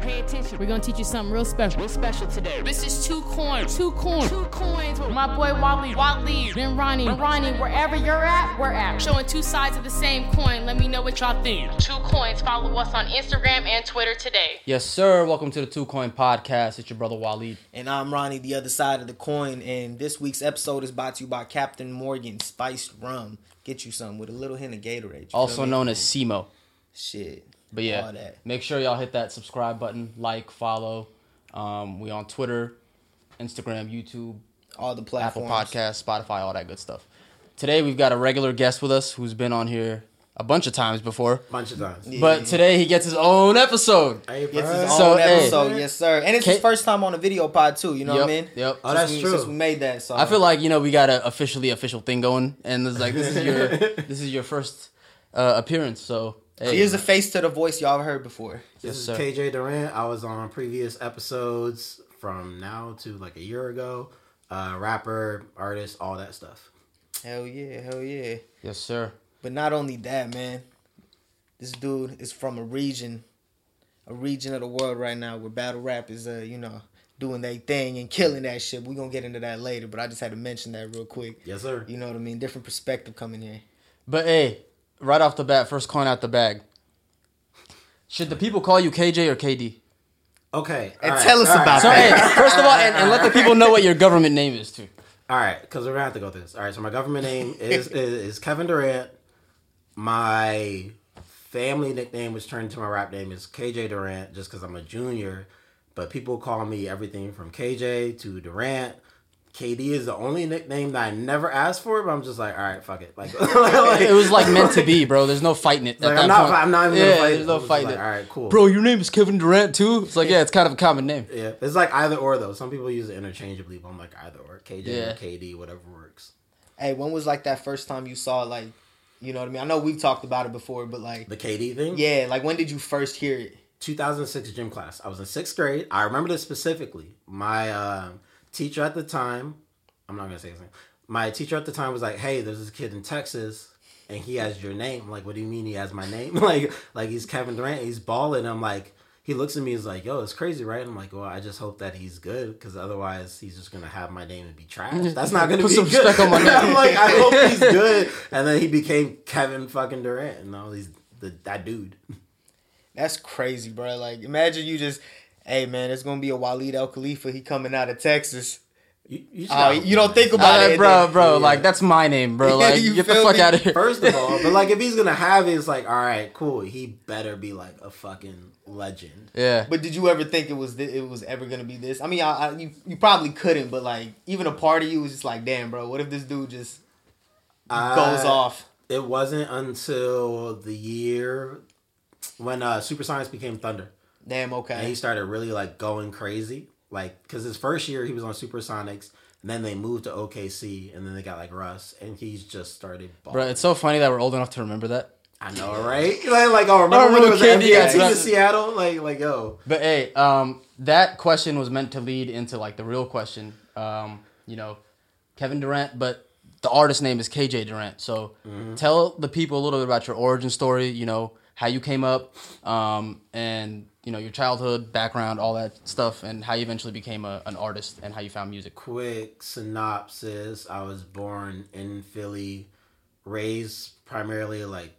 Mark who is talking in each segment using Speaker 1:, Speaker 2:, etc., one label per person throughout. Speaker 1: Pay attention. We're gonna teach you something real special. Real special today. This is two coins. Two coins. Two coins with my boy Wally. Wally. Then Ronnie. And Ronnie, wherever you're at, we're at. Showing two sides of the same coin. Let me know what y'all think. Two coins. Follow us on Instagram and Twitter today.
Speaker 2: Yes, sir. Welcome to the Two Coin Podcast. It's your brother Waleed.
Speaker 3: And I'm Ronnie, the other side of the coin. And this week's episode is brought to you by Captain Morgan Spiced Rum. Get you some with a little hint of Gatorade. you feel
Speaker 2: Also
Speaker 3: me?
Speaker 2: known as SEMO.
Speaker 3: shit.
Speaker 2: But
Speaker 3: all
Speaker 2: yeah,
Speaker 3: that.
Speaker 2: make sure y'all hit that subscribe button, like, follow. Um, we on Twitter, Instagram, YouTube,
Speaker 3: all the
Speaker 2: Apple
Speaker 3: platforms.
Speaker 2: Podcasts, Spotify, all that good stuff. Today we've got a regular guest with us who's been on here a bunch of times before,
Speaker 4: bunch of times.
Speaker 2: but today he gets his own episode.
Speaker 4: Hey,
Speaker 3: It's his
Speaker 4: bruh.
Speaker 3: own
Speaker 2: So, hey.
Speaker 3: episode, yes sir. And it's his
Speaker 2: Ca-
Speaker 3: first time on a video pod too. You know what I mean?
Speaker 2: Yep, yep.
Speaker 4: Oh, that's
Speaker 3: Since we-
Speaker 4: true.
Speaker 3: Since we made that, so
Speaker 2: I feel like you know we got a officially official thing going, and it's like this is your this is your first uh, appearance. So hey,
Speaker 3: here's a face to the voice y'all heard before.
Speaker 2: Yes,
Speaker 4: This is
Speaker 2: sir.
Speaker 4: KJ Durant. I was on previous episodes from now to like a year ago. Uh, rapper, artist, all that stuff.
Speaker 3: Hell yeah, hell yeah.
Speaker 2: yes, sir.
Speaker 3: But not only that, man, this dude is from a region, a region of the world right now where battle rap is, uh, you know, doing their thing and killing that shit. We're going to get into that later, but I just had to mention that real quick.
Speaker 4: Yes, sir.
Speaker 3: You know what I mean? Different perspective coming here.
Speaker 2: But hey, right off the bat, first coin out the bag. Should the people call you KJ or KD?
Speaker 4: Okay.
Speaker 3: And
Speaker 4: all right,
Speaker 3: tell us
Speaker 4: all right,
Speaker 3: about
Speaker 2: So
Speaker 4: all right,
Speaker 2: hey, first of all, and, and let the people know what your government name is too.
Speaker 4: All right, because we're gonna have to go through this. All right, so my government name is, is is Kevin Durant. My family nickname, which turned into my rap name, is KJ Durant, just because I'm a junior. But people call me everything from KJ to Durant. KD is the only nickname that I never asked for, but I'm just like, all right, fuck it. Like, like,
Speaker 2: It was like meant to be, bro. There's no fighting it. At
Speaker 4: Like,
Speaker 2: that
Speaker 4: I'm not-
Speaker 2: point.
Speaker 4: I'm not even
Speaker 2: yeah,
Speaker 4: gonna fight it.
Speaker 2: There's no
Speaker 4: I'm just
Speaker 2: fighting
Speaker 4: like,
Speaker 2: it.
Speaker 4: all right, cool.
Speaker 2: Bro, your name is Kevin Durant too. It's like yeah, it's kind of a common name.
Speaker 4: Yeah, it's like either or though. Some people use it interchangeably, but I'm like either or. KJ
Speaker 2: Yeah.
Speaker 4: or KD, whatever works.
Speaker 3: Hey, when was like that first time you saw, like, you know what I mean? I know we've talked about it before, but like,
Speaker 4: The KD thing.
Speaker 3: yeah, like when did you first hear it?
Speaker 4: 2006 gym class. I was in sixth grade. I remember this specifically. My um teacher at the time, I'm not gonna say his name. My teacher at the time was like, "Hey, there's this kid in Texas, and he has your name." I'm like, what do you mean he has my name? like, like he's Kevin Durant. He's balling. I'm like, he looks at me. He's like, "Yo, it's crazy, right?" I'm like, "Well, I just hope that he's good, because otherwise, he's just gonna have my name and be trash. That's not gonna
Speaker 2: Put
Speaker 4: be
Speaker 2: some
Speaker 4: good."
Speaker 2: respect on my name.
Speaker 4: I'm like, I hope he's good. And then he became Kevin fucking Durant, and now he's the, that dude.
Speaker 3: That's crazy, bro. Like, imagine you just, hey, man, it's going to be a Waleed El Khalifa. He coming out of Texas.
Speaker 4: You, you, just
Speaker 3: Oh,
Speaker 4: gotta-
Speaker 3: you don't think about
Speaker 2: Uh,
Speaker 3: it,
Speaker 2: bro,
Speaker 3: then-
Speaker 2: bro, like that's my name, bro. Like
Speaker 3: You
Speaker 2: get the
Speaker 3: feel
Speaker 2: fuck
Speaker 3: me?
Speaker 2: out of here.
Speaker 4: First of all, but like if he's gonna have it, it's like, all right, cool. He better be like a fucking legend.
Speaker 2: yeah,
Speaker 3: But did you ever think it was thi- it was ever gonna be this? I mean, I, I, you you probably couldn't, but like even a part of you was just like, damn, bro, what if this dude just goes
Speaker 4: I-
Speaker 3: off?
Speaker 4: It wasn't until the year when uh Super Science became Thunder
Speaker 3: Damn,
Speaker 4: and he
Speaker 3: okay,
Speaker 4: started really like going crazy. Like, cause his first year he was on Supersonics, and then they moved to OKC, and then they got like Russ, and he's just started. Balling.
Speaker 2: bro. It's so funny that we're old enough to remember that.
Speaker 4: I know, right? Like, like oh, remember when it was
Speaker 2: remember KD got
Speaker 4: NBA to
Speaker 2: drafted.
Speaker 4: Seattle? Like, like yo,
Speaker 2: But hey, um, that question was meant to lead into like the real question. Um, you know, Kevin Durant, but the artist name is KJ Durant. So tell the people a little bit about your origin story. You know how you came up, um, and you know your childhood background, all that stuff, and how you eventually became a, an artist and how you found music.
Speaker 4: quick synopsis i was born in philly raised primarily like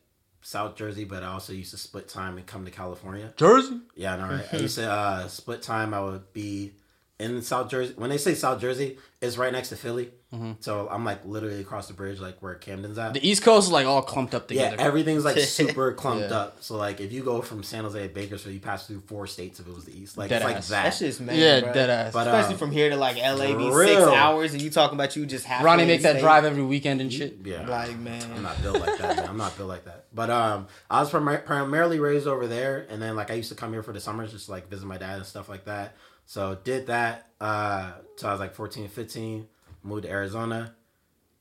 Speaker 4: south jersey but i also used to split time and come to california
Speaker 2: Jersey.
Speaker 4: yeah i know right i used to uh, split time i would be in south jersey when they say south jersey it's right next to philly so i'm like literally across the bridge like where camden's at
Speaker 2: The East Coast is like all clumped up
Speaker 4: yeah
Speaker 2: together.
Speaker 4: everything's like super clumped
Speaker 2: Yeah.
Speaker 4: up so like if you go from san jose to bakersfield you pass through four states if it was the east like
Speaker 2: Dead ass.
Speaker 4: it's like that
Speaker 3: that shit's mad,
Speaker 2: yeah,
Speaker 3: bruh.
Speaker 2: dead ass.
Speaker 4: But, uh,
Speaker 3: Especially from here to like LA, be six
Speaker 4: real.
Speaker 3: hours, and you talking about you just halfway
Speaker 2: Ronnie
Speaker 3: in
Speaker 2: make that
Speaker 3: state.
Speaker 2: drive every weekend and shit.
Speaker 4: yeah
Speaker 3: Like
Speaker 4: I'm
Speaker 3: man,
Speaker 4: not built like that. Man. I'm not built like that. But um, I was prim- primarily raised over there, and then like I used to come here for the summers, just to, like visit my dad and stuff like that. So did that. Uh, till I was like 14, 15. Moved to Arizona.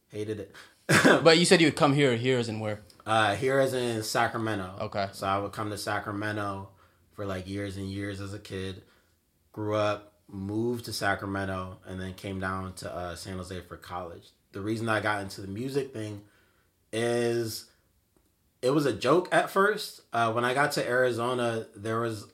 Speaker 4: Hated it.
Speaker 2: But you said you would come here. Here is in where?
Speaker 4: Uh, here is in Sacramento.
Speaker 2: Okay.
Speaker 4: So I would come to Sacramento for like years and years as a kid. Grew up, moved to Sacramento, and then came down to uh, San Jose for college. The reason I got into the music thing is it was a joke at first. Uh, when I got to Arizona, there was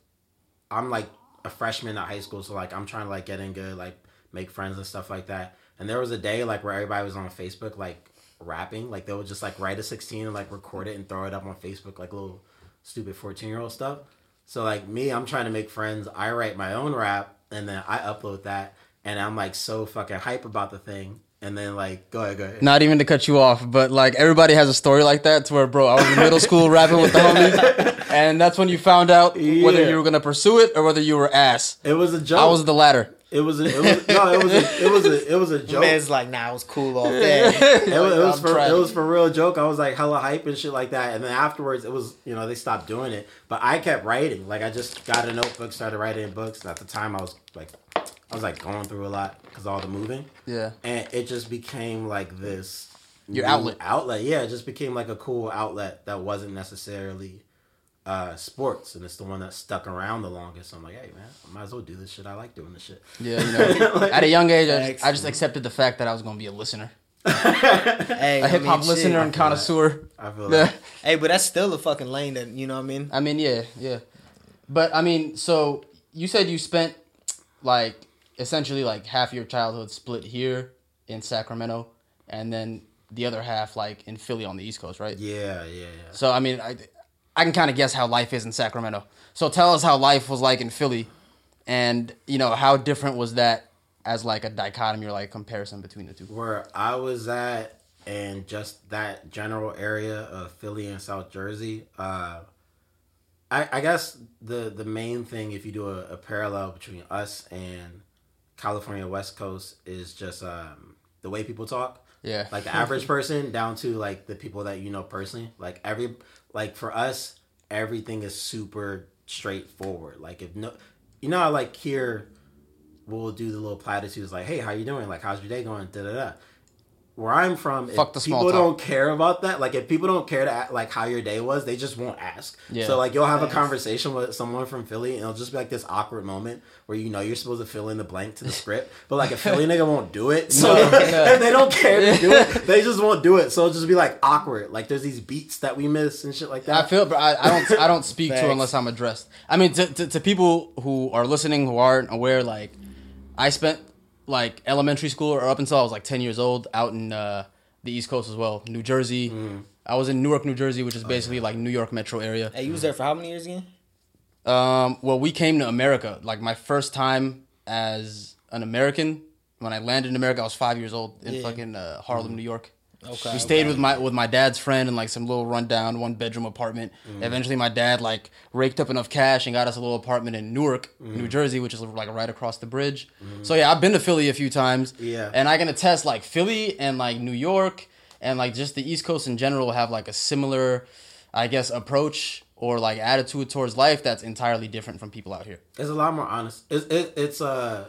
Speaker 4: I'm like a freshman at high school, so like I'm trying to like get in good, like make friends and stuff like that. And there was a day like where everybody was on Facebook like rapping, like they would just like write a 16 and like record it and throw it up on Facebook, like little stupid 14 year old stuff. So like me, I'm trying to make friends. I write my own rap and then I upload that, and I'm like so fucking hype about the thing. And then like go ahead, go ahead.
Speaker 2: Not even to cut you off, but like everybody has a story like that to where, bro, I was in middle school rapping with the homies, and that's when you found out whether
Speaker 4: Yeah.
Speaker 2: you were gonna pursue it or whether you were ass.
Speaker 4: It was a joke.
Speaker 2: I was the latter.
Speaker 4: It was. A, it was no. It was. A, it was. A, it was a joke.
Speaker 3: Man's like, nah, I was cool off that.
Speaker 4: it, was, it was
Speaker 2: I'm
Speaker 4: for
Speaker 2: trash.
Speaker 4: it was for real joke. I was like hella hype and shit like that. And then afterwards, it was you know they stopped doing it. But I kept writing. Like I just got a notebook, started writing in books. And at the time, I was like, I was like going through a lot because all the moving.
Speaker 2: Yeah.
Speaker 4: And it just became like this.
Speaker 2: Your
Speaker 4: new
Speaker 2: outlet.
Speaker 4: Outlet. Yeah, it just became like a cool outlet that wasn't necessarily uh sports and it's the one that stuck around the longest. I'm like, hey man, I might as well do this shit. I like doing this shit.
Speaker 2: Yeah, you know, at a young age, I just, I
Speaker 3: Excellent.
Speaker 2: just accepted the fact that I was gonna be a listener,
Speaker 3: hey,
Speaker 2: a hip hop listener and
Speaker 3: Shit.
Speaker 2: connoisseur.
Speaker 4: I feel
Speaker 2: Yeah.
Speaker 4: like
Speaker 3: Hey, but that's still a fucking lane that you know what I mean.
Speaker 2: I mean, yeah, yeah. But I mean, so you said you spent like essentially like half your childhood split here in Sacramento, and then the other half like in Philly on the East Coast, right?
Speaker 4: yeah, yeah, yeah.
Speaker 2: So I mean, I, I can kind of guess how life is in Sacramento. So tell us how life was like in Philly, and you know how different was that as like a dichotomy or like comparison between the two.
Speaker 4: where I was at and just that general area of Philly and South Jersey. Uh, I, I guess the the main thing, if you do a, a parallel between us and California West Coast, is just um, the way people talk.
Speaker 2: Yeah.
Speaker 4: Like the average person down to like the people that you know personally. Like every like for us, everything is super straightforward. Like if no, you know, I like here we'll do the little platitudes like, "Hey, how you doing? Like, how's your day going?" Da da da. Where I'm from, if
Speaker 2: Fuck the small
Speaker 4: people
Speaker 2: talk.
Speaker 4: don't care about that, like if people don't care to a- like how your day was, they just won't ask.
Speaker 2: Yeah.
Speaker 4: So like you'll have a conversation with someone from Philly, and it'll just be like this awkward moment where you know you're supposed to fill in the blank to the script, but like a Philly nigga won't do it. So
Speaker 2: No, no.
Speaker 4: if they don't care to do it, they just won't do it. So it'll just be like awkward. Like there's these beats that we miss and shit like that.
Speaker 2: I feel, but I, I don't. I don't speak to
Speaker 3: Facts.
Speaker 2: unless I'm addressed. I mean, to, to, to people who are listening who aren't aware, like I spent like elementary school or up until I was like ten years old out in uh, the East Coast as well, New Jersey. I was in Newark, New Jersey, which is basically like New York metro area.
Speaker 3: Hey, you was there for how many years again?
Speaker 2: Um, well, we came to America. Like my first time as an American, when I landed in America, I was five years old in
Speaker 3: Yeah. Mm-hmm.
Speaker 2: fucking uh, Harlem, New York.
Speaker 3: Okay,
Speaker 2: we stayed with my with my dad's friend in like some little rundown one bedroom apartment.
Speaker 4: Mm-hmm.
Speaker 2: Eventually, my dad like raked up enough cash and got us a little apartment in Newark,
Speaker 4: Mm-hmm.
Speaker 2: New Jersey, which is like right across the bridge. So yeah, I've been to Philly a few times.
Speaker 4: Yeah.
Speaker 2: and I can attest like Philly and like New York and like just the East Coast in general have like a similar, I guess, approach or like attitude towards life that's entirely different from people out here.
Speaker 4: It's a lot more honest. It's it, it's uh,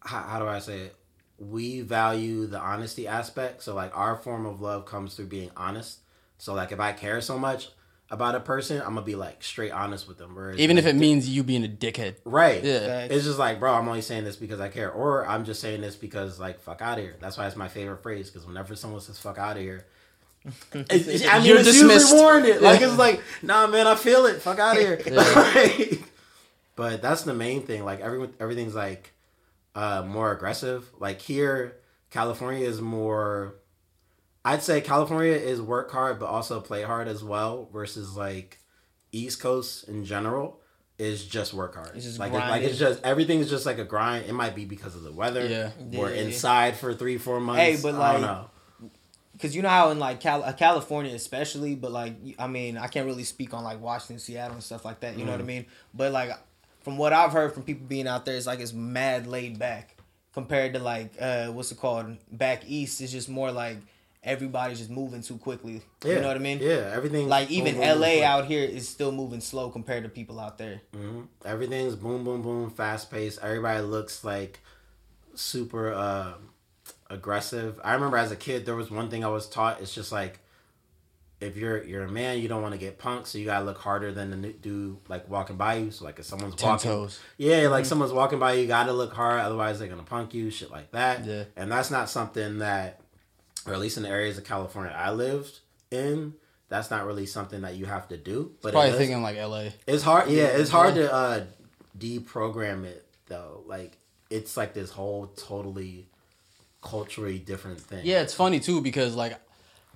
Speaker 4: how, how do I say it? We value the honesty aspect. So like our form of love comes through being honest. So like if I care so much about a person, I'm gonna be like straight honest with them. Whereas
Speaker 2: Even if it means you being a dickhead.
Speaker 4: right,
Speaker 2: Yeah.
Speaker 4: it's just like bro, I'm only saying this because I care, or I'm just saying this because like fuck out of here. That's why it's my favorite phrase because whenever someone says fuck out of here. it's- it's- I mean,
Speaker 2: You're
Speaker 4: it's
Speaker 2: dismissed.
Speaker 4: usually warranted. Like
Speaker 2: Yeah.
Speaker 4: it's like, nah, man, I feel it. Fuck out of here. Like- but that's the main thing. Like everyone, everything's like uh, more aggressive. Like here, California is more. I'd say California is work hard, but also play hard as well. Versus like East Coast in general is just work hard.
Speaker 3: It's just
Speaker 4: like like it's just everything is just like a grind. It might be because of the weather.
Speaker 2: Yeah.
Speaker 4: We're
Speaker 3: Yeah.
Speaker 4: inside for three four months.
Speaker 3: Hey, but
Speaker 4: I don't
Speaker 3: like-
Speaker 4: know.
Speaker 3: Cause you know how in like Cal- uh, California especially, but like y- I mean I can't really speak on like Washington, Seattle, and stuff like that. You know
Speaker 2: Mm.
Speaker 3: what I mean? But like from what I've heard from people being out there, it's like it's mad laid back compared to like uh what's it called back east. It's just more like everybody's just moving too quickly.
Speaker 4: Yeah.
Speaker 3: You know what I mean?
Speaker 4: Yeah, everything.
Speaker 3: Like even LA out here is still moving slow compared to people out there.
Speaker 4: everything's boom boom boom fast paced everybody looks like super uh, aggressive i remember as a kid there was one thing i was taught it's just like if you're you're a man you don't want to get punked so you gotta look harder than the n- dude like walking by you so like if someone's
Speaker 2: Ten
Speaker 4: walking
Speaker 2: toes. Mm-hmm.
Speaker 4: yeah like someone's walking by you you gotta look hard otherwise they're gonna punk you shit like that
Speaker 2: Yeah.
Speaker 4: and that's not something that or at least in the areas of california i lived in that's not really something that you have to do but it
Speaker 2: Probably
Speaker 4: is
Speaker 2: thinking like L.A.
Speaker 4: it's hard. Yeah, it's hard to uh, deprogram it though. Like it's like this whole totally culturally different thing.
Speaker 2: Yeah, it's funny too because like,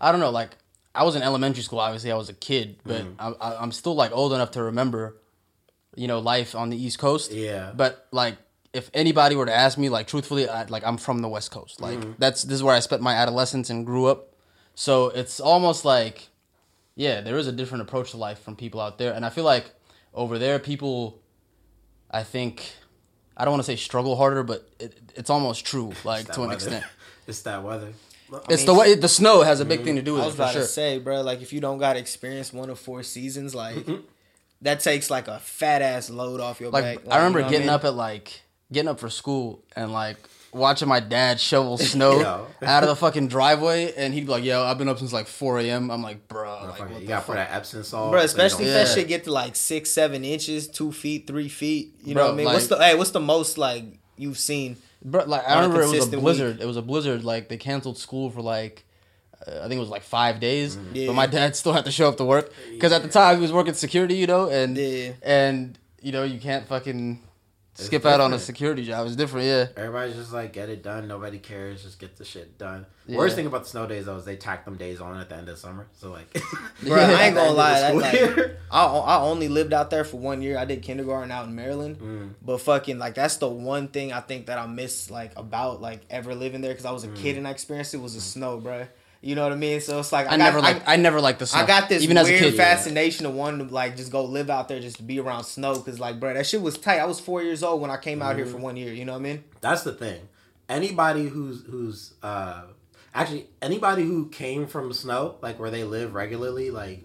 Speaker 2: I don't know, like I was in elementary school. Obviously, I was a kid, but I, I, I'm still like old enough to remember, you know, life on the East Coast.
Speaker 4: Yeah.
Speaker 2: But like, if anybody were to ask me, like, truthfully, I, like I'm from the West Coast. Like that's this is where I spent my adolescence and grew up. So it's almost like, yeah, there is a different approach to life from people out there, and I feel like over there, people, I think. I don't want to say struggle harder, but it, it's almost true, like
Speaker 4: That
Speaker 2: to an
Speaker 4: weather.
Speaker 2: extent.
Speaker 4: it's that weather.
Speaker 2: It's the way the snow has a big thing to do with
Speaker 3: I
Speaker 2: it
Speaker 3: was
Speaker 2: for
Speaker 3: about
Speaker 2: sure.
Speaker 3: to say, bro, like if you don't got to experience one of four seasons, like that takes like a fat ass load off your
Speaker 2: Mm-hmm. like
Speaker 3: back.
Speaker 2: I remember
Speaker 3: you know what
Speaker 2: getting
Speaker 3: mean?
Speaker 2: up at like getting up for school and like watching my dad shovel snow
Speaker 4: Yo.
Speaker 2: out of the fucking driveway, and he'd be like, "Yo, I've been up since like 4 a.m." I'm like, "Bro, like,
Speaker 4: Motherfucker,
Speaker 2: what
Speaker 4: you
Speaker 2: the
Speaker 4: got for
Speaker 2: fuck?"
Speaker 4: that Epsom salt,
Speaker 3: Bro,
Speaker 2: Oh,
Speaker 4: so you
Speaker 3: especially
Speaker 4: don't-
Speaker 3: if that
Speaker 2: Yeah.
Speaker 3: shit get to like six, seven inches, two feet, three feet. You
Speaker 2: Bro,
Speaker 3: know what I mean? what's the
Speaker 2: like-
Speaker 3: hey? What's the most like you've seen?
Speaker 2: Bro, like
Speaker 3: On a
Speaker 2: I remember it was a
Speaker 3: consistent
Speaker 2: blizzard. It was a blizzard. Like they canceled school for like. uh, I think it was like five days,
Speaker 3: Mm. Yeah.
Speaker 2: but my dad still had to show up to work because at the time he was working security, you know, and
Speaker 3: Yeah.
Speaker 2: and you know you can't fucking skip out on a
Speaker 4: different.
Speaker 2: security job. It's different, yeah.
Speaker 4: Everybody's just like, get it done. Nobody cares. Just get the shit done.
Speaker 2: Yeah.
Speaker 4: Worst thing about the snow days though is they tack them days on at the end of summer. So like,
Speaker 3: Bro, I ain't gonna lie. That,
Speaker 4: School
Speaker 3: like,
Speaker 4: year.
Speaker 3: I o- I only lived out there for one year. I did kindergarten out in Maryland,
Speaker 2: Mm.
Speaker 3: but fucking like that's the one thing I think that I miss like about like ever living there because I was
Speaker 2: Mm.
Speaker 3: a kid and I experienced it was the snow, bro. You know what I mean? So it's like
Speaker 2: I,
Speaker 3: got-
Speaker 2: never like I, never liked the snow.
Speaker 3: I got this
Speaker 2: even as
Speaker 3: weird
Speaker 2: a kid.
Speaker 3: fascination of wanting to like just go live out there just to be around snow because like bro that shit was tight. I was four years old when I came out here
Speaker 2: Mm.
Speaker 3: for one year. You know what I mean?
Speaker 4: That's the thing. Anybody who's who's uh actually anybody who came from snow, like where they live regularly, like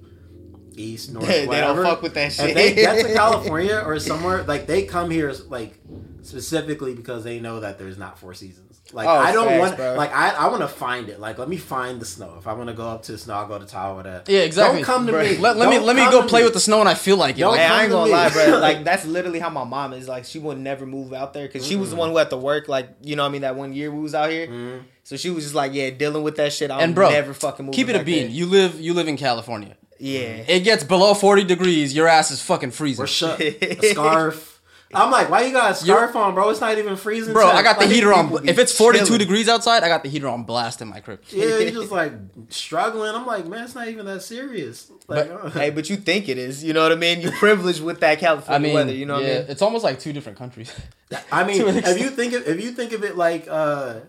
Speaker 4: east, north,
Speaker 3: They don't
Speaker 4: whatever.
Speaker 3: fuck with that shit.
Speaker 4: If they get to California or somewhere, like they come here like specifically because they know that there's not four seasons. Like
Speaker 3: Oh,
Speaker 4: I don't
Speaker 3: facts,
Speaker 4: want
Speaker 3: bro.
Speaker 4: like I, I wanna find it. Like let me find the snow. If I wanna go up to the snow, I'll go to Tahoeda.
Speaker 2: Yeah, exactly.
Speaker 4: Don't come to
Speaker 3: Bruh.
Speaker 4: me.
Speaker 2: Let, let me
Speaker 4: Don't
Speaker 2: let me
Speaker 4: come
Speaker 2: go
Speaker 4: to
Speaker 2: play
Speaker 4: me.
Speaker 2: with the snow and I feel like it.
Speaker 4: Y'all
Speaker 2: Like,
Speaker 3: Hey, I ain't
Speaker 4: come
Speaker 3: gonna
Speaker 4: to
Speaker 3: lie,
Speaker 4: me.
Speaker 3: bro. Like that's literally how my mom is. Like she would never move out there because she was
Speaker 2: Mm.
Speaker 3: the one who had to work. Like you know, what I mean, that one year we was out here, so she was just like, yeah, dealing with that shit. I'm
Speaker 2: and bro,
Speaker 3: never fucking moving
Speaker 2: keep it a
Speaker 3: back
Speaker 2: bean.
Speaker 3: there.
Speaker 2: You live you live in California.
Speaker 3: Yeah,
Speaker 2: It gets below forty degrees. Your ass is fucking freezing.
Speaker 4: or shut a scarf. I'm like, why you got a scarf on, bro? It's not even freezing.
Speaker 2: Bro,
Speaker 4: temps.
Speaker 2: I got the
Speaker 4: Like,
Speaker 2: heater
Speaker 4: people
Speaker 2: on.
Speaker 4: be
Speaker 2: If it's forty two
Speaker 4: chilling.
Speaker 2: degrees outside, I got the heater on blast in my crib.
Speaker 4: yeah, you're just like struggling. I'm like, man, it's not even that serious. Like,
Speaker 2: But-
Speaker 4: uh,
Speaker 3: hey, but you think it is? You know what I mean? You're privileged with that California
Speaker 2: I mean,
Speaker 3: weather. You know
Speaker 2: yeah,
Speaker 3: what I mean?
Speaker 2: it's almost like two different countries.
Speaker 4: I mean,
Speaker 2: to an
Speaker 4: if you think of, if you think of it like uh,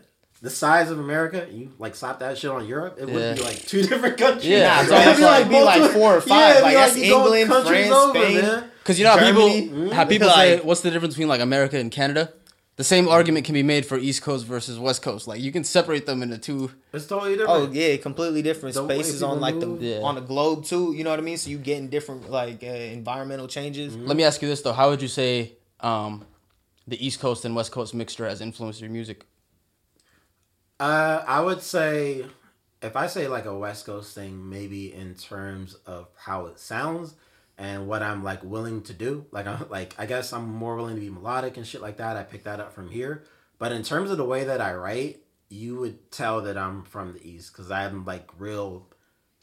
Speaker 4: the size of America, you like slap that shit on Europe, it
Speaker 2: Yeah.
Speaker 4: would be like two different countries.
Speaker 2: Yeah, Nah, it's
Speaker 4: It'd
Speaker 2: almost
Speaker 3: like- be
Speaker 4: both
Speaker 3: like
Speaker 4: of-
Speaker 3: four or five,
Speaker 4: it'd be
Speaker 3: like, that's
Speaker 4: you go
Speaker 3: England,
Speaker 4: countries
Speaker 3: France, Spain.
Speaker 2: Because you know how
Speaker 3: Germany, Mm-hmm.
Speaker 2: people how people say
Speaker 3: like-
Speaker 2: what's the difference between like America and Canada? The same argument can be made for East Coast versus West Coast. Like you can separate them into two.
Speaker 4: It's totally different.
Speaker 3: Oh yeah, completely different
Speaker 4: The way
Speaker 3: spaces on
Speaker 4: people
Speaker 3: like the
Speaker 4: move.
Speaker 2: Yeah.
Speaker 3: on the globe too. You know what I mean? So you getting different like uh, environmental changes.
Speaker 2: Let me ask you this though: How would you say um, the East Coast and West Coast mixture has influenced your music?
Speaker 4: Uh, I would say, if I say like a West Coast thing, maybe in terms of how it sounds and what I'm like willing to do. Like I'm like I guess I'm more willing to be melodic and shit like that. I picked that up from here. But in terms of the way that I write, you would tell that I'm from the East because I'm like real.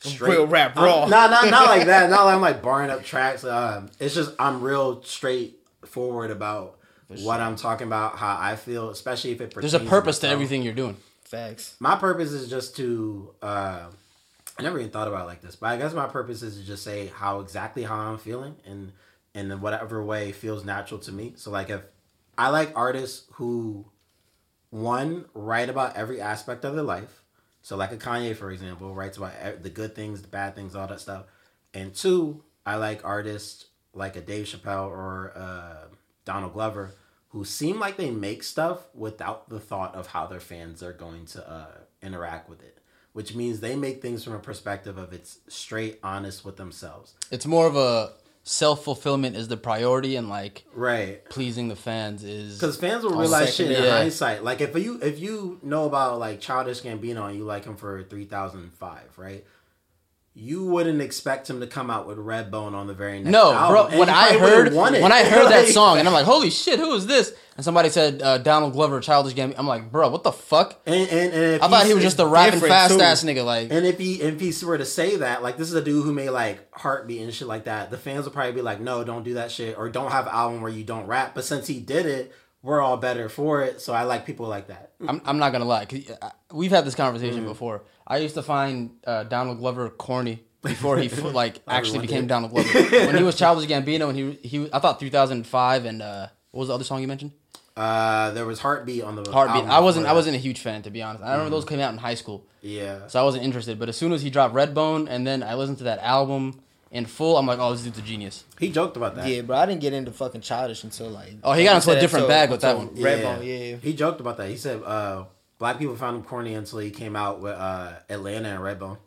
Speaker 4: Straight.
Speaker 3: Real rap
Speaker 4: I'm-
Speaker 3: raw.
Speaker 4: No, no, not like that. Not like I'm like barring up tracks. Um, it's just I'm real straightforward about what I'm talking about, how I feel, especially if it pertains.
Speaker 2: There's a purpose to
Speaker 4: myself
Speaker 2: everything you're doing.
Speaker 3: Facts.
Speaker 4: my purpose is just to uh i never even thought about it like this but i guess my purpose is to just say how exactly how i'm feeling and and in whatever way feels natural to me so like if i like artists who one write about every aspect of their life so like a kanye for example writes about e- the good things the bad things all that stuff and two i like artists like a dave chappelle or uh, donald glover who seem like they make stuff without the thought of how their fans are going to uh, interact with it which means they make things from a perspective of it's straight honest with themselves
Speaker 2: It's more of a self fulfillment is the priority, and like
Speaker 4: right
Speaker 2: pleasing the fans is.
Speaker 4: Because fans will realize shit in
Speaker 2: secondary. Yeah.
Speaker 4: hindsight. Like if you if you know about like Childish Gambino and you like him for three thousand five, right? you wouldn't expect him to come out with Redbone on the very next
Speaker 2: No,
Speaker 4: album.
Speaker 2: bro.
Speaker 4: And
Speaker 2: When
Speaker 4: you
Speaker 2: I
Speaker 4: probably
Speaker 2: heard
Speaker 4: would've won it.
Speaker 2: when I heard that
Speaker 4: Like,
Speaker 2: song, and I'm like, "Holy shit, who is this?" And somebody said uh, Donald Glover, Childish Gambino. I'm like, "Bro, what the fuck?"
Speaker 4: and, and, and if
Speaker 2: I thought he was just a rapping
Speaker 3: different,
Speaker 2: fast
Speaker 3: too.
Speaker 2: ass nigga. Like,
Speaker 4: And if he if he were to say that, like this is a dude who made like heartbeat and shit like that, the fans would probably be like, no, don't do that shit, or don't have an album where you don't rap. But since he did it, we're all better for it. So I like people like that.
Speaker 2: I'm, I'm not gonna lie. 'cause, uh, we've had this
Speaker 4: Mm.
Speaker 2: conversation before. I used to find uh, Donald Glover corny before he fu- like actually
Speaker 4: Everyone
Speaker 2: became
Speaker 4: did.
Speaker 2: Donald Glover. when he was Childish Gambino, and he he I thought 2005 and uh, what was the other song you mentioned?
Speaker 4: Uh, there was heartbeat on the Mm-hmm.
Speaker 2: Heartbeat.
Speaker 4: album
Speaker 2: I wasn't I
Speaker 4: before
Speaker 2: wasn't a huge fan to be honest. I remember those came out in high school,
Speaker 4: that. Yeah.
Speaker 2: so I wasn't interested. But as soon as he dropped Redbone, and then I listened to that album in full, I'm like, oh, this dude's a genius.
Speaker 4: he joked about that.
Speaker 3: Yeah, bro. I didn't get into fucking childish until like.
Speaker 2: Oh, he got into
Speaker 3: like
Speaker 2: a
Speaker 3: you said,
Speaker 2: different
Speaker 3: until-
Speaker 2: bag with that
Speaker 3: until
Speaker 2: one.
Speaker 3: Redbone, yeah.
Speaker 4: He joked about that. He said, uh, black people found him corny until he came out with uh, Atlanta and Redbone.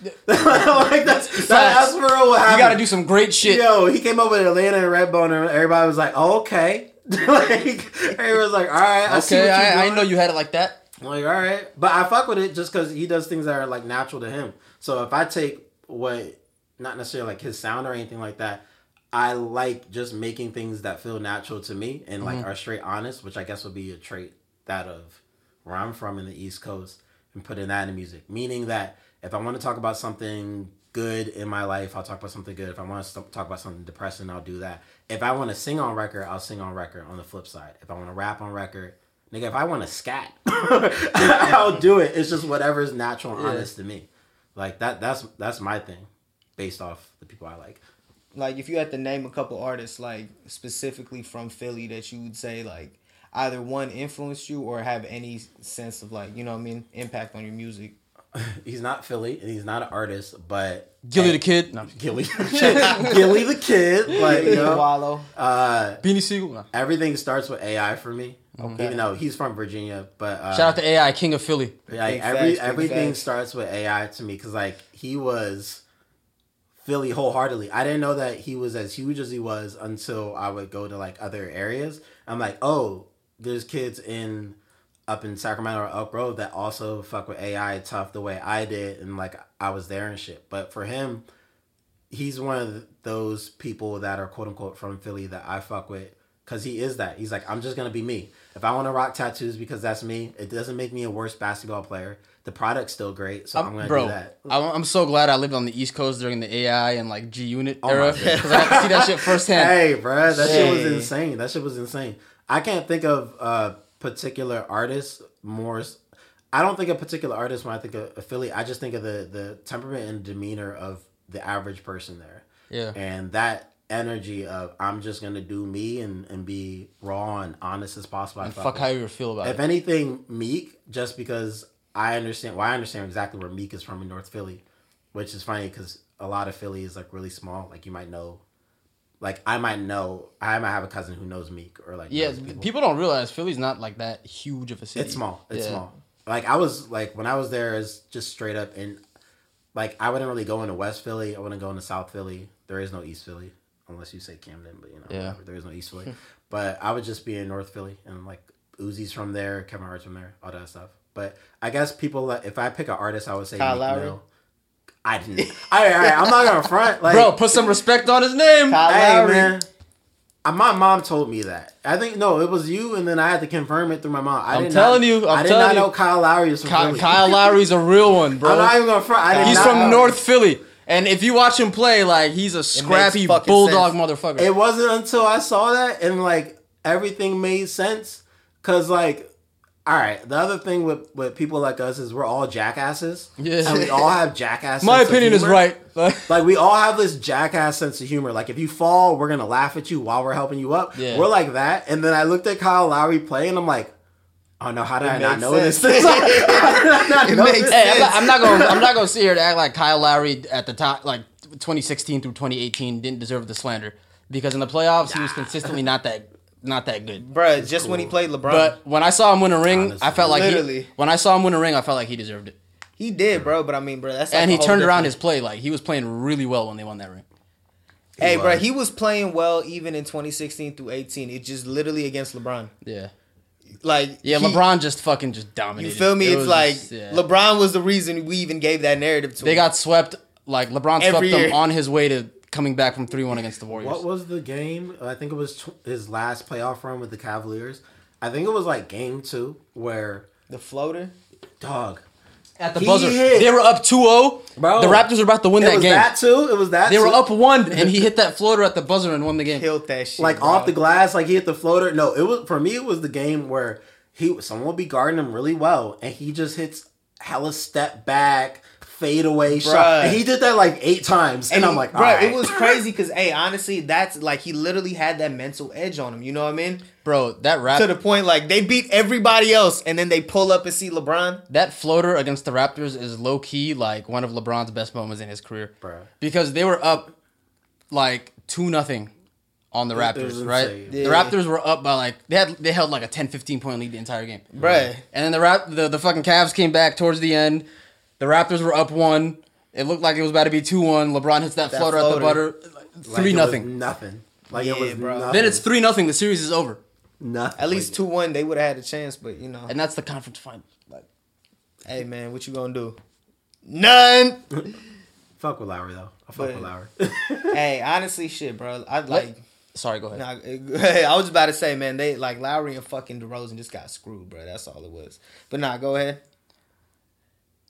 Speaker 4: like that's, that's real what happened.
Speaker 2: You got to do some great shit.
Speaker 4: Yo, he came up with Atlanta and Redbone, and everybody was like, oh, "Okay." like everybody was like, "All right, I see what
Speaker 2: okay,
Speaker 4: you're
Speaker 2: I, I
Speaker 4: doing."
Speaker 2: didn't know you had it like that.
Speaker 4: I'm like, all right, but I fuck with it just because he does things that are like natural to him. So if I take what, not necessarily like his sound or anything like that, I like just making things that feel natural to me and like are straight honest, which I guess would be a trait that of where I'm from in the East Coast and putting that in music. Meaning that if I want to talk about something good in my life, I'll talk about something good. If I want to st- talk about something depressing, I'll do that. If I want to sing on record, I'll sing on record. On the flip side, if I want to rap on record, nigga, if I want to scat, I'll do it. It's just whatever is natural and honest to me. Like that. That's that's my thing, based off the people I like.
Speaker 3: Like, if you had to name a couple artists, like specifically from Philly, that you would say like either one influenced you or have any sense of like you know what I mean impact on your music.
Speaker 4: He's not Philly and he's not an artist, but
Speaker 2: Gilly the Kid, no,
Speaker 4: Gilly, Gilly the kid, like you know,
Speaker 3: Wallow.
Speaker 4: uh,
Speaker 2: Beanie Siegel. no.
Speaker 4: everything starts with AI for me. Even though he's from Virginia, but uh,
Speaker 2: Shout out to AI, King of Philly.
Speaker 4: Like
Speaker 3: Big
Speaker 4: every
Speaker 3: facts, big
Speaker 4: everything
Speaker 3: facts.
Speaker 4: starts with AI to me because like he was Philly wholeheartedly. I didn't know that he was as huge as he was until I would go to like other areas. I'm like, oh, there's kids in up in Sacramento or Elk Grove that also fuck with AI tough the way I did, and like I was there and shit. But for him, he's one of those people that are quote unquote from Philly that I fuck with because he is that. He's like, I'm just gonna be me. If I want to rock tattoos because that's me, it doesn't make me a worse basketball player. The product's still great, so I'm, gonna
Speaker 2: Bro,
Speaker 4: do that.
Speaker 2: I'm, I'm so glad I lived on the East Coast during the AI and like G Unit
Speaker 4: Oh my
Speaker 2: era
Speaker 4: God.
Speaker 2: because I got to see that shit firsthand.
Speaker 4: Hey, bruh, that shit was
Speaker 3: Shit.
Speaker 4: insane. That shit was insane. I can't think of a particular artist more. s- I don't think of particular artist when I think of, of Philly. I just think of the the temperament and demeanor of the average person there.
Speaker 2: Yeah.
Speaker 4: and that energy of I'm just gonna do me and and be raw and honest as possible. I
Speaker 2: And
Speaker 4: fuck
Speaker 2: fuck
Speaker 4: with
Speaker 2: how you feel about
Speaker 4: if
Speaker 2: it.
Speaker 4: anything, Meek, just because I understand, well, I understand exactly where Meek is from in North Philly, which is funny because a lot of Philly is like really small. Like you might know, like I might know, I might have a cousin who knows Meek or like
Speaker 2: Yeah,
Speaker 4: knows people.
Speaker 2: people don't realize Philly's not like that huge of a city.
Speaker 4: It's small. It's
Speaker 2: Yeah.
Speaker 4: small. Like I was like when I was there is just straight up and like I wouldn't really go into West Philly. I wouldn't go into South Philly. There is no East Philly unless you say Camden, but you know,
Speaker 2: Yeah.
Speaker 4: whatever. there is no East Philly. but I would just be in North Philly and like Uzi's from there, Kevin Hart's from there, all that stuff. But I guess people, like, if I pick an artist, I would say
Speaker 3: Kyle
Speaker 4: Meek
Speaker 3: Lowry?
Speaker 4: Mill. I didn't. All right, all right, I'm not gonna front. Like,
Speaker 2: Bro, put some respect on his name.
Speaker 3: Kyle
Speaker 4: Hey
Speaker 3: Lowry.
Speaker 4: man, Uh, my mom told me that. I think no, it was you, and then I had to confirm it through my mom. I
Speaker 2: I'm
Speaker 4: did
Speaker 2: telling
Speaker 4: not,
Speaker 2: you, I'm
Speaker 4: I did
Speaker 2: telling
Speaker 4: not know
Speaker 2: you.
Speaker 4: Kyle Lowry was from
Speaker 2: Ky-
Speaker 4: Philly.
Speaker 2: Kyle Lowry's a real one,
Speaker 4: I'm not
Speaker 2: bro.
Speaker 4: even gonna front. I did
Speaker 2: He's
Speaker 4: not
Speaker 2: from
Speaker 4: know.
Speaker 2: North Philly, and if you watch him play, like he's a scrappy
Speaker 3: fucking
Speaker 2: bulldog
Speaker 3: sense.
Speaker 2: motherfucker.
Speaker 4: It wasn't until I saw that and like everything made sense. Cause like, all right, the other thing with with people like us is we're all jackasses.
Speaker 2: Yeah.
Speaker 4: and we all have jackass.
Speaker 2: My
Speaker 4: sense of
Speaker 2: opinion is
Speaker 4: humor.
Speaker 2: right.
Speaker 4: Like we all have this jackass sense of humor. Like if you fall, we're gonna laugh at you while we're helping you up.
Speaker 2: Yeah.
Speaker 4: We're like that. And then I looked at Kyle Lowry play, and I'm like, oh no, how did I not
Speaker 3: makes
Speaker 4: know
Speaker 3: sense.
Speaker 4: this? how did I not know this?
Speaker 2: Hey, I'm not, I'm not gonna I'm not gonna sit here and act like Kyle Lowry at the top like 2016 through 2018 didn't deserve the slander because in the playoffs he was consistently not that not that good.
Speaker 3: Bruh, just when he played LeBron,
Speaker 2: But when I saw him win a ring, I felt like he,
Speaker 3: Literally.
Speaker 2: when I saw him win a ring, I felt like he deserved it.
Speaker 3: he did, bro. But I mean, bro, that's like
Speaker 2: And
Speaker 3: a
Speaker 2: he
Speaker 3: whole
Speaker 2: turned around
Speaker 3: different-
Speaker 2: his play like he was playing really well when they won that ring.
Speaker 3: Hey, bro,
Speaker 4: was.
Speaker 3: he was playing well even in 2016 through 18. It just literally against LeBron.
Speaker 2: Yeah,
Speaker 3: Like
Speaker 2: yeah.
Speaker 3: he-
Speaker 2: LeBron just fucking just
Speaker 3: You
Speaker 2: dominated.
Speaker 3: feel me?
Speaker 2: It
Speaker 3: It's
Speaker 2: was
Speaker 3: like
Speaker 2: just- yeah.
Speaker 3: LeBron was the reason we even gave that narrative to
Speaker 2: They
Speaker 3: him.
Speaker 2: got swept Like LeBron
Speaker 3: Every
Speaker 2: swept
Speaker 3: year.
Speaker 2: them on his way to coming back from three one against the Warriors.
Speaker 4: What was the game? I think it was tw- his last playoff run with the Cavaliers. I think it was like game two where
Speaker 3: The floater.
Speaker 4: dog.
Speaker 2: At the
Speaker 4: He
Speaker 2: buzzer,
Speaker 4: hit.
Speaker 2: they were up 2-0.
Speaker 4: Bro.
Speaker 2: the Raptors were about to win
Speaker 4: It
Speaker 2: that
Speaker 4: was
Speaker 2: game.
Speaker 4: that too. It was that.
Speaker 2: they were
Speaker 4: too.
Speaker 2: up one, and he hit that floater at the buzzer and won the game.
Speaker 3: Killed that shit.
Speaker 4: like
Speaker 3: bro.
Speaker 4: off the glass, like he hit the floater. No, it was for me. It was the game where he someone would be guarding him really well, and he just hits hella step back fadeaway
Speaker 3: Bruh.
Speaker 4: shot. And he did that like eight times, and, I'm
Speaker 3: he-
Speaker 4: like,
Speaker 3: bruh,
Speaker 4: alright.
Speaker 3: it was crazy because, hey, honestly, that's like he literally had that mental edge on him. You know what I mean?
Speaker 2: Bro, that rap,
Speaker 3: To the point, like they beat everybody else, and then they pull up and see LeBron.
Speaker 2: that floater against the Raptors is low key like one of LeBron's best moments in his career,
Speaker 4: Bruh.
Speaker 2: Because they were up like two nothing on the
Speaker 4: It was
Speaker 2: Raptors, right?
Speaker 4: insane.
Speaker 2: The
Speaker 3: Yeah.
Speaker 2: Raptors were up by like they had they held like a 10-15 point lead the entire game,
Speaker 3: Bruh.
Speaker 2: And then the rap the, the fucking Cavs came back towards the end. The Raptors were up one. It looked like it was about to be two one. LeBron hits that,
Speaker 3: That
Speaker 2: floater, at the
Speaker 3: floater.
Speaker 2: butter,
Speaker 4: Like,
Speaker 2: three
Speaker 4: it was
Speaker 2: nothing.
Speaker 4: nothing. Like
Speaker 3: Yeah,
Speaker 4: it was
Speaker 3: bro.
Speaker 4: nothing.
Speaker 2: Then it's three nothing. The series is over,
Speaker 4: nothing.
Speaker 3: At least two one, they would have had a chance, but you know,
Speaker 2: and that's the conference final.
Speaker 3: hey man, what you gonna do? None.
Speaker 4: Fuck with Lowry though. I fuck
Speaker 3: But-
Speaker 4: with Lowry.
Speaker 3: hey, honestly, shit, bro. I like.
Speaker 2: Sorry, go ahead.
Speaker 3: Nah, I was about to say, man, they like Lowry and fucking DeRozan just got screwed, bro. That's all it was. But nah, go ahead.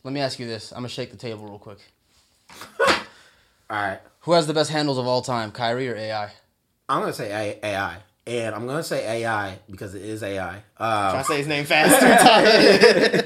Speaker 2: Let me ask you this. I'm gonna shake the table real quick.
Speaker 4: All right.
Speaker 2: Who has the best handles of all time, Kyrie or AI?
Speaker 4: I'm gonna say A- AI, and I'm gonna say AI because it is AI. Um,
Speaker 3: Try to say his name faster.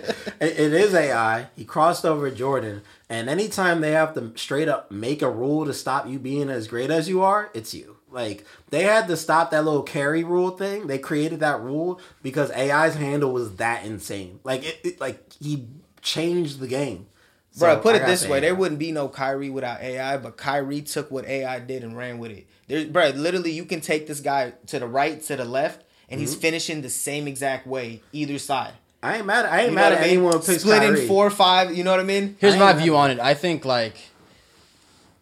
Speaker 4: It- it is AI. He crossed over Jordan, and anytime they have to straight up make a rule to stop you being as great as you are, it's you. Like they had to stop that little carry rule thing. They created that rule because AI's handle was that insane. Like it, it like he changed the game. So,
Speaker 3: Bro, put
Speaker 4: I
Speaker 3: it
Speaker 4: gotta
Speaker 3: this
Speaker 4: say
Speaker 3: way: there
Speaker 4: AI.
Speaker 3: wouldn't be no Kyrie without AI, but Kyrie took what AI did and ran with it. There's, bro, literally, you can take this guy to the right, to the left, and he's finishing the same exact way either side.
Speaker 4: I ain't mad. I ain't
Speaker 3: You know
Speaker 4: mad
Speaker 3: what
Speaker 4: at
Speaker 3: I mean?
Speaker 4: anyone who picks
Speaker 3: Splitting
Speaker 4: Kyrie.
Speaker 3: four, five. You know what I mean?
Speaker 2: Here's
Speaker 4: I
Speaker 2: my
Speaker 4: ain't-
Speaker 2: view on it. I think like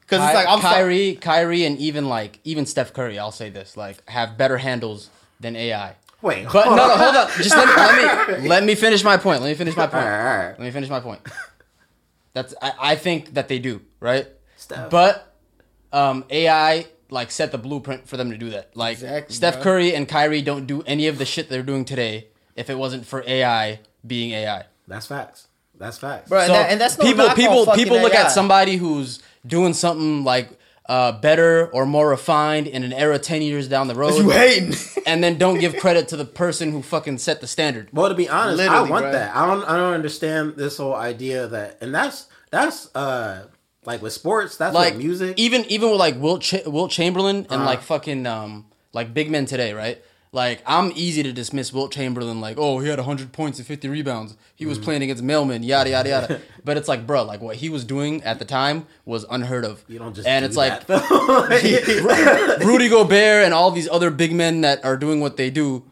Speaker 3: Because
Speaker 2: Ky-
Speaker 3: it's like I'm
Speaker 2: Kyrie,
Speaker 3: sorry-
Speaker 2: Kyrie, and even like even Steph Curry. I'll say this: like have better handles than AI.
Speaker 4: Wait,
Speaker 2: But no,
Speaker 4: hold
Speaker 2: no,
Speaker 4: on.
Speaker 2: hold up. Just let me, let me let me finish my point. Let me finish my point.
Speaker 4: All right, all right.
Speaker 2: Let me finish my point. That's I, I think that they do right,
Speaker 4: Steph.
Speaker 2: but um, AI like set the blueprint for them to do that. Like
Speaker 3: Exactly,
Speaker 2: Steph
Speaker 3: bro.
Speaker 2: Curry and Kyrie don't do any of the shit they're doing today if it wasn't for AI being AI.
Speaker 4: That's facts. That's facts.
Speaker 3: Bro, And that- and that's no
Speaker 2: people
Speaker 3: knock on
Speaker 2: people
Speaker 3: fucking
Speaker 2: people look
Speaker 3: AI.
Speaker 2: at somebody who's doing something like uh, better or more refined in an era ten years down the road,
Speaker 3: you hating.
Speaker 2: and then don't give credit to the person who fucking set the standard.
Speaker 4: Well, to be honest,
Speaker 3: Literally,
Speaker 4: I want
Speaker 3: bruh.
Speaker 4: that. I don't. I don't understand this whole idea that, and that's that's uh like with sports. That's like
Speaker 2: Like e-
Speaker 4: music. Uh-huh.
Speaker 2: even even with like Wilt Ch- Wilt Chamberlain and like fucking um like big men today, right? Like I'm easy to dismiss Wilt Chamberlain, like oh he had 100 points and 50 rebounds, he
Speaker 4: Mm-hmm.
Speaker 2: was playing against mailmen, yada yada yada. but it's like, bro, like what he was doing at the time was unheard of.
Speaker 4: you don't just
Speaker 2: and
Speaker 4: do
Speaker 2: it's like
Speaker 4: that, though.
Speaker 2: Rudy Gobert and all these other big men that are doing what they do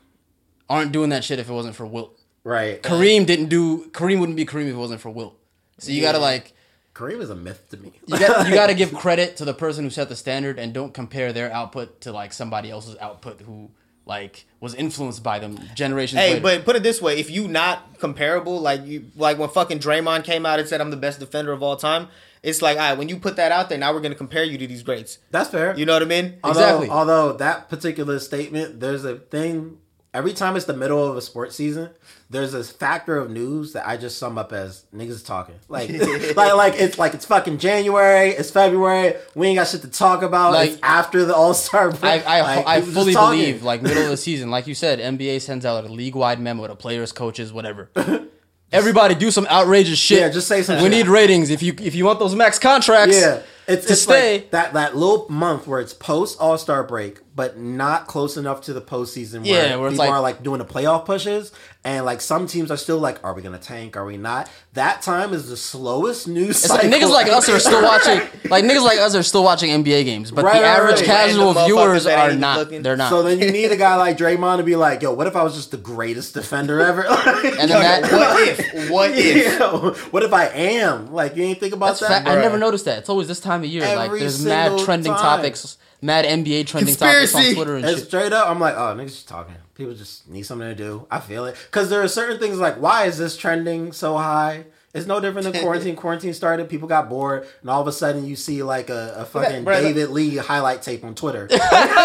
Speaker 2: aren't doing that shit if it wasn't for Wilt.
Speaker 4: right.
Speaker 2: Kareem didn't do Kareem wouldn't be Kareem if it wasn't for Wilt. So you gotta like
Speaker 4: Kareem is a myth to me.
Speaker 2: you got you gotta give credit to the person who set the standard and don't compare their output to like somebody else's output who like was influenced by them generations.
Speaker 3: Hey,
Speaker 2: later.
Speaker 3: but put it this way: if you not comparable, like you, like when fucking Draymond came out and said I'm the best defender of all time, it's like, all right, when you put that out there, now we're gonna compare you to these greats.
Speaker 4: that's fair.
Speaker 3: You know what I mean?
Speaker 4: although,
Speaker 2: Exactly.
Speaker 4: Although that particular statement, there's a thing. Every time it's the middle of a sports season, there's this factor of news that I just sum up as niggas talking. Like, like, like it's like it's fucking January, it's February, we ain't got shit to talk about. it's
Speaker 2: Like-
Speaker 4: after the All
Speaker 2: I
Speaker 4: Star break.
Speaker 2: I,
Speaker 4: Like,
Speaker 2: I
Speaker 4: we was just
Speaker 2: fully
Speaker 4: talking.
Speaker 2: believe like middle of the season, like you said, NBA sends out a league wide memo to players, coaches, whatever. Everybody do some outrageous shit.
Speaker 4: Yeah, just say some
Speaker 2: We
Speaker 4: shit.
Speaker 2: need ratings if you if you want those max contracts.
Speaker 4: Yeah, it's,
Speaker 2: to
Speaker 4: it's
Speaker 2: stay.
Speaker 4: like that that little month where it's post All Star break, but not close enough to the postseason. Where
Speaker 2: Yeah, where it's
Speaker 4: people
Speaker 2: like-
Speaker 4: are like doing the playoff pushes, and like some teams are still like, are we gonna tank? Are we not? That time is the slowest news.
Speaker 2: It's like niggas like us are still watching. Like niggas like us are still watching NBA games, but
Speaker 4: Right,
Speaker 2: the
Speaker 4: right,
Speaker 2: average
Speaker 4: right.
Speaker 2: casual
Speaker 3: Random motherfuckers
Speaker 2: viewers
Speaker 3: that
Speaker 2: are
Speaker 3: ain't
Speaker 2: not.
Speaker 3: looking.
Speaker 2: They're not.
Speaker 4: So then you need a guy like Draymond to be like, yo, what if I was just the greatest defender ever?
Speaker 2: and then that,
Speaker 3: What if? What if?
Speaker 4: Yo, what if I am? Like you ain't think about
Speaker 2: that's
Speaker 4: that.
Speaker 2: fact. I
Speaker 4: Bruh.
Speaker 2: never noticed that. It's always this time of year. like
Speaker 4: Every
Speaker 2: there's mad
Speaker 4: single
Speaker 2: trending
Speaker 4: time.
Speaker 2: topics, mad NBA trending topics on
Speaker 3: Conspiracy.
Speaker 2: Twitter and
Speaker 4: And
Speaker 2: shit.
Speaker 4: straight up, I'm like, oh, niggas just talking. People just need something to do. I feel it. Because there are certain things like, why is this trending so high? It's no different than quarantine. quarantine started, people got bored, and all of a sudden you see like a, a fucking
Speaker 3: Bruh,
Speaker 4: David Lee highlight tape on Twitter.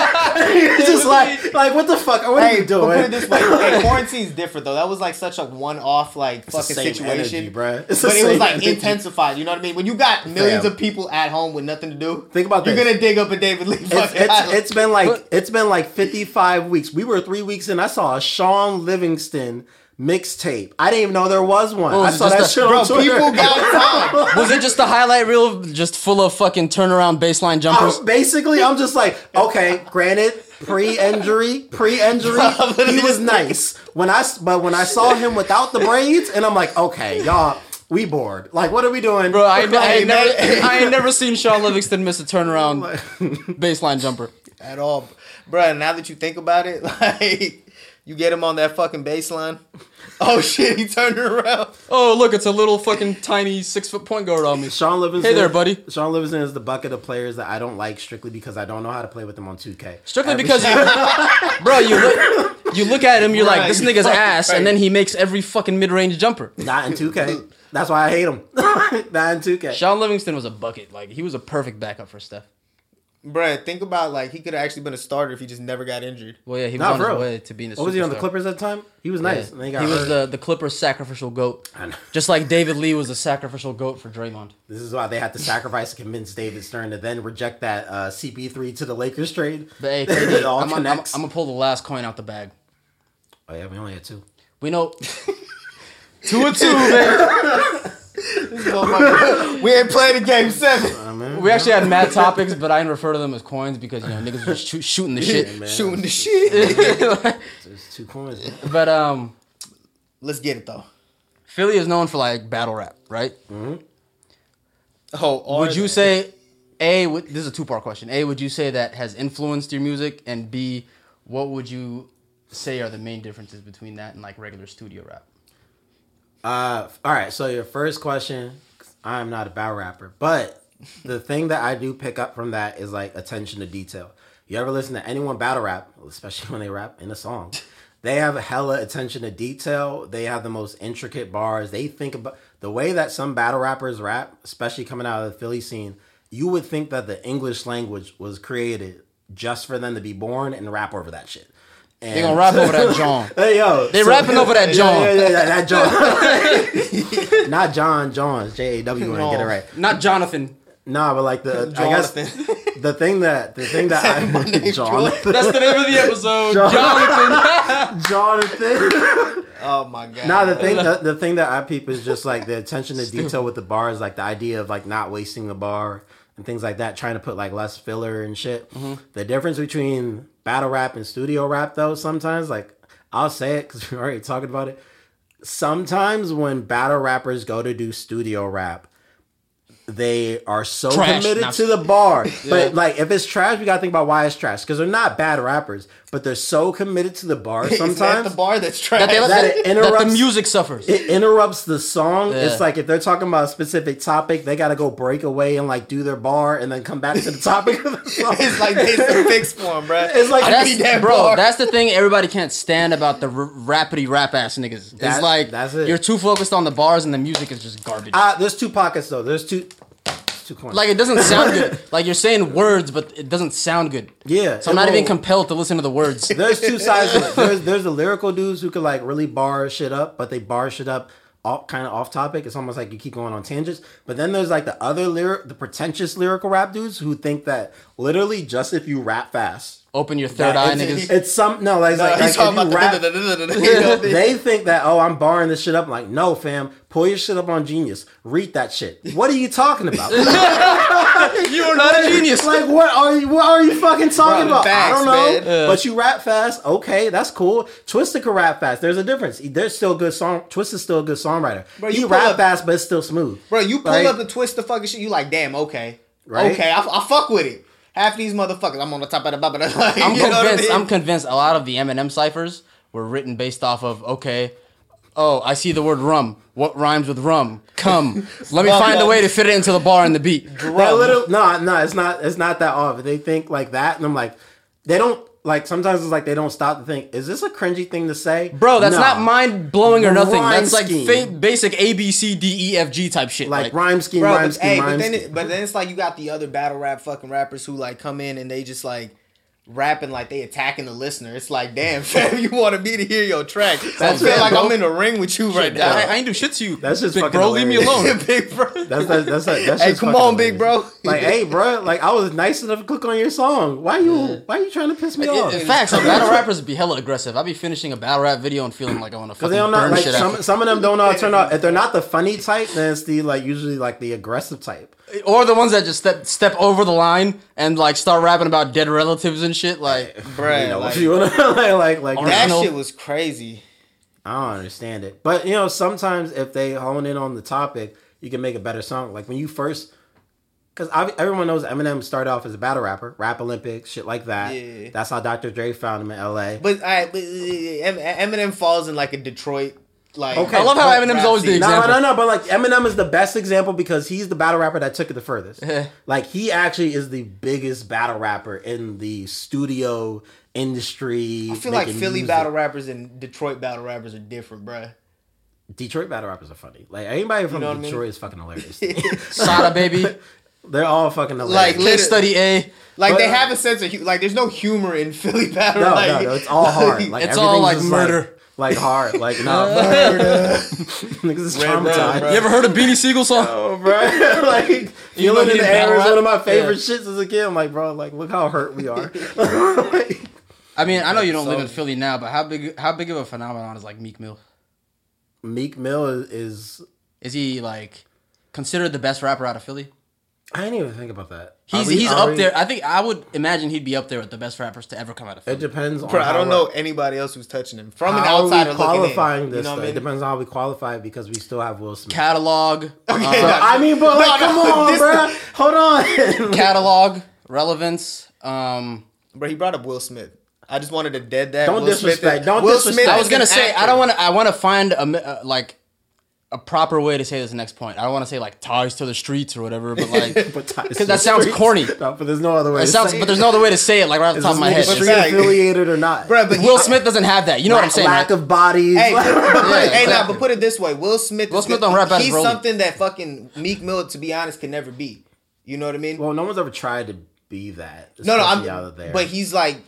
Speaker 4: it's just like, like what the fuck? What are you
Speaker 3: but Put it
Speaker 4: doing?
Speaker 3: this way: hey, quarantine's different though. That was like such a one-off, like
Speaker 4: It's the
Speaker 3: fucking
Speaker 4: same
Speaker 3: situation,
Speaker 4: energy, bruh. It's the
Speaker 3: But it was
Speaker 4: same
Speaker 3: like
Speaker 4: energy.
Speaker 3: intensified. You know what I mean? When you got millions
Speaker 4: Fam.
Speaker 3: of people at home with nothing to do,
Speaker 4: Think about
Speaker 3: you're
Speaker 4: this.
Speaker 3: gonna dig up a David Lee
Speaker 4: It's,
Speaker 3: fucking.
Speaker 4: it's,
Speaker 3: highlight.
Speaker 4: it's been like it's been like 55 weeks. We were three weeks in. I saw a Sean Livingston mixtape. I didn't even know there was one.
Speaker 2: Oh,
Speaker 4: I
Speaker 2: it's
Speaker 4: saw
Speaker 2: just
Speaker 4: that
Speaker 2: a-
Speaker 4: shit
Speaker 3: Bro,
Speaker 4: on Twitter.
Speaker 3: people got time.
Speaker 2: Was it just the highlight reel, just full of fucking turnaround baseline jumpers?
Speaker 4: I'm- basically, I'm just like, okay, granted, pre-injury, pre-injury, he was nice. When I s- but when I saw him without the braids, and I'm like, okay, y'all, we bored. Like, what are we doing,
Speaker 2: Bro, I, I,
Speaker 4: Like,
Speaker 2: ain't never,
Speaker 4: man,
Speaker 2: I ain't never seen Sean Livingston miss a turnaround
Speaker 4: Oh
Speaker 2: baseline jumper.
Speaker 3: at all, bro. Now that you think about it, like you get him on that fucking baseline. Oh shit, he turned around.
Speaker 2: Oh, look, it's a little fucking tiny six foot point guard on me.
Speaker 4: Sean Livingston.
Speaker 2: Hey there, buddy.
Speaker 4: Sean Livingston is the bucket of players that I don't like strictly because I don't know how to play with them on 2K.
Speaker 2: Strictly
Speaker 4: Every-
Speaker 2: because you, bro, you look, you look at him, you're like,
Speaker 3: Right,
Speaker 2: this nigga's
Speaker 3: fucking
Speaker 2: ass,
Speaker 3: right.
Speaker 2: and then he makes every fucking mid range jumper.
Speaker 4: not in 2K. That's why I hate him. not in 2K.
Speaker 2: Sean Livingston was a bucket. Like, he was a perfect backup for Steph.
Speaker 3: Bruh, think about like he could have actually been a starter if he just never got injured.
Speaker 2: Well, yeah, he was
Speaker 4: Nah,
Speaker 2: on
Speaker 4: for
Speaker 2: his
Speaker 4: real.
Speaker 2: way to being a
Speaker 4: what was he on the
Speaker 2: superstar.
Speaker 4: Clippers at the time? He was
Speaker 2: Yeah.
Speaker 4: nice. And then
Speaker 2: He,
Speaker 4: he got
Speaker 2: was
Speaker 4: hurt.
Speaker 2: the, the Clippers' sacrificial goat.
Speaker 4: I know.
Speaker 2: Just like David Lee was a sacrificial goat for Draymond.
Speaker 4: This is why they had to sacrifice to convince David Stern to then reject that uh, CP3 to the Lakers trade.
Speaker 2: But hey,
Speaker 4: it
Speaker 2: KD,
Speaker 4: all
Speaker 2: I'm gonna- I'm
Speaker 4: connects.
Speaker 2: going to pull the last coin out the bag.
Speaker 4: oh yeah, we only had two.
Speaker 2: We know. two and two, man.
Speaker 3: we ain't played a game seven.
Speaker 4: I mean,
Speaker 2: We actually had mad topics, but I didn't refer to them as coins because, you know, niggas was shoo- shooting the shit.
Speaker 3: Shooting the shit.
Speaker 4: there's two coins. man.
Speaker 2: But, um,.
Speaker 3: Let's get it though.
Speaker 2: Philly is known for like battle rap, right?
Speaker 3: Oh, are
Speaker 2: Would you
Speaker 3: they?
Speaker 2: say A? Would, this is a two-part question. A, would you say that has influenced your music, and B, what would you say are the main differences between that and like regular studio rap?
Speaker 4: Uh, all right. So your first question, I'm not a battle rapper, but the thing that I do pick up from that is like attention to detail. You ever listen to anyone battle rap, especially when they rap in a song? They have hella attention to detail. They have the most intricate bars. They think about the way that some battle rappers rap, especially coming out of the Philly scene. You would think that the English language was created just for them to be born and rap over that shit. And
Speaker 2: They gonna rap over that John.
Speaker 4: Hey yo,
Speaker 2: They rapping over that John.
Speaker 4: Yeah, yeah, yeah, that John. Not John, John, J A W. and Get it right.
Speaker 2: Not Jonathan.
Speaker 4: Nah, but like the I guess
Speaker 3: Jonathan.
Speaker 4: the thing that the thing that I my
Speaker 3: name's
Speaker 4: Jonathan,
Speaker 2: That's the name of the episode.
Speaker 4: John.
Speaker 2: Jonathan.
Speaker 4: Jonathan.
Speaker 3: Oh my god.
Speaker 4: Nah, the thing the, the thing that I peep is just like the attention to detail with the bars, like the idea of like not wasting the bar and things like that, trying to put like less filler and shit.
Speaker 2: Mm-hmm.
Speaker 4: The difference between battle rap and studio rap, though, sometimes like I'll say it because we're already talking about it. Sometimes when battle rappers go to do studio rap, they are so
Speaker 2: Trash.
Speaker 4: committed
Speaker 2: Nah.
Speaker 4: to the bar. But like if it's trash, we gotta think about why it's trash. Because they're not bad rappers, but they're so committed to the bar
Speaker 3: Isn't that
Speaker 4: sometimes
Speaker 3: the bar that's trash.
Speaker 2: That,
Speaker 4: it interrupts-
Speaker 2: that the music suffers.
Speaker 4: it interrupts the song.
Speaker 2: Yeah.
Speaker 4: It's like if they're talking about a specific topic, they gotta go break away and like do their bar and then come back to the topic of the song.
Speaker 3: it's like they fixed for him, bro.
Speaker 4: It's like-
Speaker 3: I
Speaker 2: that's,
Speaker 3: need that
Speaker 2: bro,
Speaker 3: bar.
Speaker 2: that's the thing everybody can't stand about the r- rapidy rap ass niggas.
Speaker 4: That-
Speaker 2: it's like
Speaker 4: that's it.
Speaker 2: you're too focused on the bars and the music is just garbage.
Speaker 4: Ah, there's two pockets though. There's two, it's two corners.
Speaker 2: Like it doesn't sound good. Like you're saying words, but it doesn't sound good.
Speaker 4: Yeah,
Speaker 2: So I'm
Speaker 4: it
Speaker 2: not even
Speaker 4: won't.
Speaker 2: compelled to listen to the words.
Speaker 4: there's two sides. to it. There's there's the lyrical dudes who could like really bar shit up, but they bar shit up all kind of off topic. It's almost like you keep going on tangents. But then there's like the other lyric, the pretentious lyrical rap dudes who think that literally just if you rap fast,
Speaker 2: Open your third eye,
Speaker 4: it's,
Speaker 2: niggas.
Speaker 4: it's some no like, like,
Speaker 3: He's
Speaker 4: like
Speaker 3: talking about
Speaker 4: if you
Speaker 3: the
Speaker 4: rap. they think that oh I'm barring this shit up. I'm like no, fam, pull your shit up on Genius. Read that shit. What are you talking about?
Speaker 2: You are not a genius.
Speaker 4: like what are you? What are you fucking talking
Speaker 3: Bro,
Speaker 4: about?
Speaker 3: facts,
Speaker 4: I don't know.
Speaker 3: man.
Speaker 4: But you rap fast. Okay, that's cool. Twisted can rap fast. There's a difference. There's still a good song. Twisted's still a good songwriter.
Speaker 3: Bro,
Speaker 4: he
Speaker 3: you pull
Speaker 4: rap
Speaker 3: up-
Speaker 4: fast, but it's still smooth.
Speaker 3: Bro, you pull
Speaker 4: Like,
Speaker 3: up the twist the fucking shit. You like, damn, okay,
Speaker 4: Right?
Speaker 3: okay, I, I fuck with it. Half these motherfuckers, I'm on the top of the baba. Like,
Speaker 2: I'm
Speaker 3: you know what I
Speaker 2: convinced.
Speaker 3: mean?
Speaker 2: I'm convinced a lot of the Eminem ciphers were written based off of okay. Oh, I see the word rum. What rhymes with rum? Come. Let me
Speaker 3: Rum,
Speaker 2: find a
Speaker 3: rum.
Speaker 2: way to fit it into the bar and the beat.
Speaker 4: that little no no it's not it's not that off. They think like that, and I'm like they don't. like sometimes it's like they don't stop to think, is this a cringy thing to say?
Speaker 2: Bro, that's
Speaker 4: No.
Speaker 2: not mind blowing or nothing.
Speaker 4: Rhyme
Speaker 2: that's like fa-
Speaker 4: scheme.
Speaker 2: basic A B C D E F G type shit.
Speaker 4: Like, rhyme scheme,
Speaker 3: Bro,
Speaker 4: rhyme
Speaker 3: but,
Speaker 4: scheme,
Speaker 3: hey,
Speaker 4: rhyme
Speaker 3: but then,
Speaker 4: scheme.
Speaker 3: it, but then it's like you got the other battle rap fucking rappers who like come in and they just like rapping like they attacking the listener. It's like, damn, fam, you wanted me to hear your track. I
Speaker 4: That's
Speaker 3: feel
Speaker 4: it,
Speaker 3: like
Speaker 4: bro.
Speaker 3: I'm in the ring with you right now.
Speaker 2: I, I ain't do shit to you.
Speaker 4: That's just
Speaker 2: big
Speaker 4: fucking
Speaker 2: bro. Leave me
Speaker 4: hilarious.
Speaker 2: alone.
Speaker 3: big bro.
Speaker 4: That's that, that's that, that's
Speaker 3: Hey,
Speaker 4: just
Speaker 3: come
Speaker 4: fucking
Speaker 3: on, big
Speaker 4: hilarious.
Speaker 3: bro.
Speaker 4: Like, hey, bro, like I was nice enough to click on your song. Why you why you trying to piss me off?
Speaker 2: In fact, some battle rappers be hella aggressive. I be finishing a battle rap video and feeling like I want to fucking
Speaker 4: Cause they don't
Speaker 2: burn
Speaker 4: know, like
Speaker 2: shit
Speaker 4: some,
Speaker 2: out.
Speaker 4: some of them don't all turn out. If they're not the funny type, then it's the like usually like the aggressive type.
Speaker 2: Or the ones that just step step over the line and like start rapping about dead relatives and shit. Like,
Speaker 3: Bruh,
Speaker 4: you know,
Speaker 3: like,
Speaker 4: you wanna, like, like, like
Speaker 3: that
Speaker 2: Arsenal.
Speaker 3: shit was crazy.
Speaker 4: I don't understand it. But you know, sometimes if they hone in on the topic, you can make a better song. Like when you first, because everyone knows Eminem started off as a battle rapper, rap Olympics, shit like that.
Speaker 3: Yeah.
Speaker 4: That's how Dr. Dre found him in L.A.
Speaker 3: But all right, but, uh, Em- Eminem falls in like a Detroit like.
Speaker 4: Okay.
Speaker 2: I love how
Speaker 4: Rap
Speaker 2: Eminem's always the
Speaker 3: scene.
Speaker 4: no,
Speaker 2: example.
Speaker 4: no, no, but like Eminem is the best example because he's the battle rapper that took it the furthest. like he actually is the biggest battle rapper in the studio industry.
Speaker 3: I feel like
Speaker 4: making
Speaker 3: Philly
Speaker 4: music.
Speaker 3: battle rappers and Detroit battle rappers are different, bruh.
Speaker 4: Detroit battle rappers are funny. Like anybody from
Speaker 3: know what I mean?
Speaker 4: Detroit is fucking hilarious.
Speaker 2: Sada baby,
Speaker 4: They're all fucking hilarious.
Speaker 3: Like,
Speaker 2: case study A.
Speaker 3: Like
Speaker 4: But- uh,
Speaker 3: they have a sense of hu- like. There's no humor in Philly battle.
Speaker 4: no,
Speaker 3: like,
Speaker 4: no, no, it's all hard. Like
Speaker 2: It's all,
Speaker 4: everything's
Speaker 2: like,
Speaker 4: just,
Speaker 2: murder.
Speaker 4: Like, hard. Like no, murder. Niggas is
Speaker 3: Red Rum,
Speaker 4: traumatized.
Speaker 3: bro.
Speaker 2: You ever heard of Beanie Siegel song?
Speaker 4: Oh, bro. like
Speaker 2: You know
Speaker 4: feeling in
Speaker 2: me and
Speaker 4: the air
Speaker 2: Battle
Speaker 4: is
Speaker 2: Rap?
Speaker 4: one of my favorite
Speaker 2: Yeah.
Speaker 4: shits as a kid. I'm like, bro, like look how hurt we are. Like,
Speaker 2: I mean, I know you don't live
Speaker 4: So-
Speaker 2: in Philly now, but how big how big of a phenomenon is like Meek Mill?
Speaker 4: Meek Mill is, is
Speaker 2: Is he like considered the best rapper out of Philly?
Speaker 4: I didn't even think about that.
Speaker 2: He's
Speaker 4: Are we-
Speaker 2: he's
Speaker 4: are
Speaker 2: up
Speaker 4: we-
Speaker 2: there. I think I would imagine he'd be up there with the best rappers to ever come out of
Speaker 4: It
Speaker 2: Philly.
Speaker 4: depends on
Speaker 3: Bro, I
Speaker 4: how
Speaker 3: don't
Speaker 4: we're-
Speaker 3: know anybody else who's touching him from an
Speaker 4: How are
Speaker 3: outsider
Speaker 4: we
Speaker 3: looking in.
Speaker 4: qualifying this?
Speaker 3: you know
Speaker 4: though?
Speaker 3: what I
Speaker 4: It
Speaker 3: mean?
Speaker 4: depends on how we qualify it because we still have Will Smith.
Speaker 2: Catalog,
Speaker 3: Okay,
Speaker 2: um,
Speaker 3: nah,
Speaker 4: I mean, but
Speaker 3: No,
Speaker 4: like,
Speaker 3: no,
Speaker 4: come on,
Speaker 3: this-
Speaker 4: bro. Hold on.
Speaker 2: catalog, relevance. Um,
Speaker 3: Bro, he brought up Will Smith. I just wanted to dead that.
Speaker 4: Don't
Speaker 3: Will Smith
Speaker 4: disrespect.
Speaker 3: is-
Speaker 4: Don't
Speaker 3: Will
Speaker 4: disrespect.
Speaker 3: Smith
Speaker 2: I
Speaker 4: I
Speaker 2: was
Speaker 3: is
Speaker 2: gonna
Speaker 3: an
Speaker 2: say I
Speaker 3: actor.
Speaker 2: don't want to. I want to find a mi- uh, like a proper way to say this next point. I don't want to say like ties to the streets or whatever, but like
Speaker 4: But
Speaker 2: because
Speaker 4: ties to the
Speaker 2: that sounds
Speaker 4: streets.
Speaker 2: corny.
Speaker 4: No, but there's no other way.
Speaker 2: It
Speaker 4: to
Speaker 2: sounds,
Speaker 4: say
Speaker 2: but there's no other way to say it like right off the
Speaker 4: Is
Speaker 2: top of
Speaker 4: this
Speaker 2: my
Speaker 4: nigga
Speaker 2: head.
Speaker 3: But
Speaker 4: street
Speaker 3: fact-
Speaker 4: affiliated or not?
Speaker 3: Bro, but
Speaker 2: Will Smith doesn't have that. You know what I'm saying?
Speaker 4: Lack
Speaker 2: right?
Speaker 4: of bodies.
Speaker 3: Hey, but,
Speaker 2: Yeah,
Speaker 3: hey, nah,
Speaker 2: exactly.
Speaker 3: but put it this way: Will Smith.
Speaker 2: Will
Speaker 3: is
Speaker 2: Smith
Speaker 3: good-
Speaker 2: don't rap out his
Speaker 3: He's
Speaker 2: rolling.
Speaker 3: something that fucking Meek Mill, to be honest, can never be. You know what I mean?
Speaker 4: Well, no one's ever tried to be that.
Speaker 3: no, no,
Speaker 4: especially out of there.
Speaker 3: I'm. But he's like,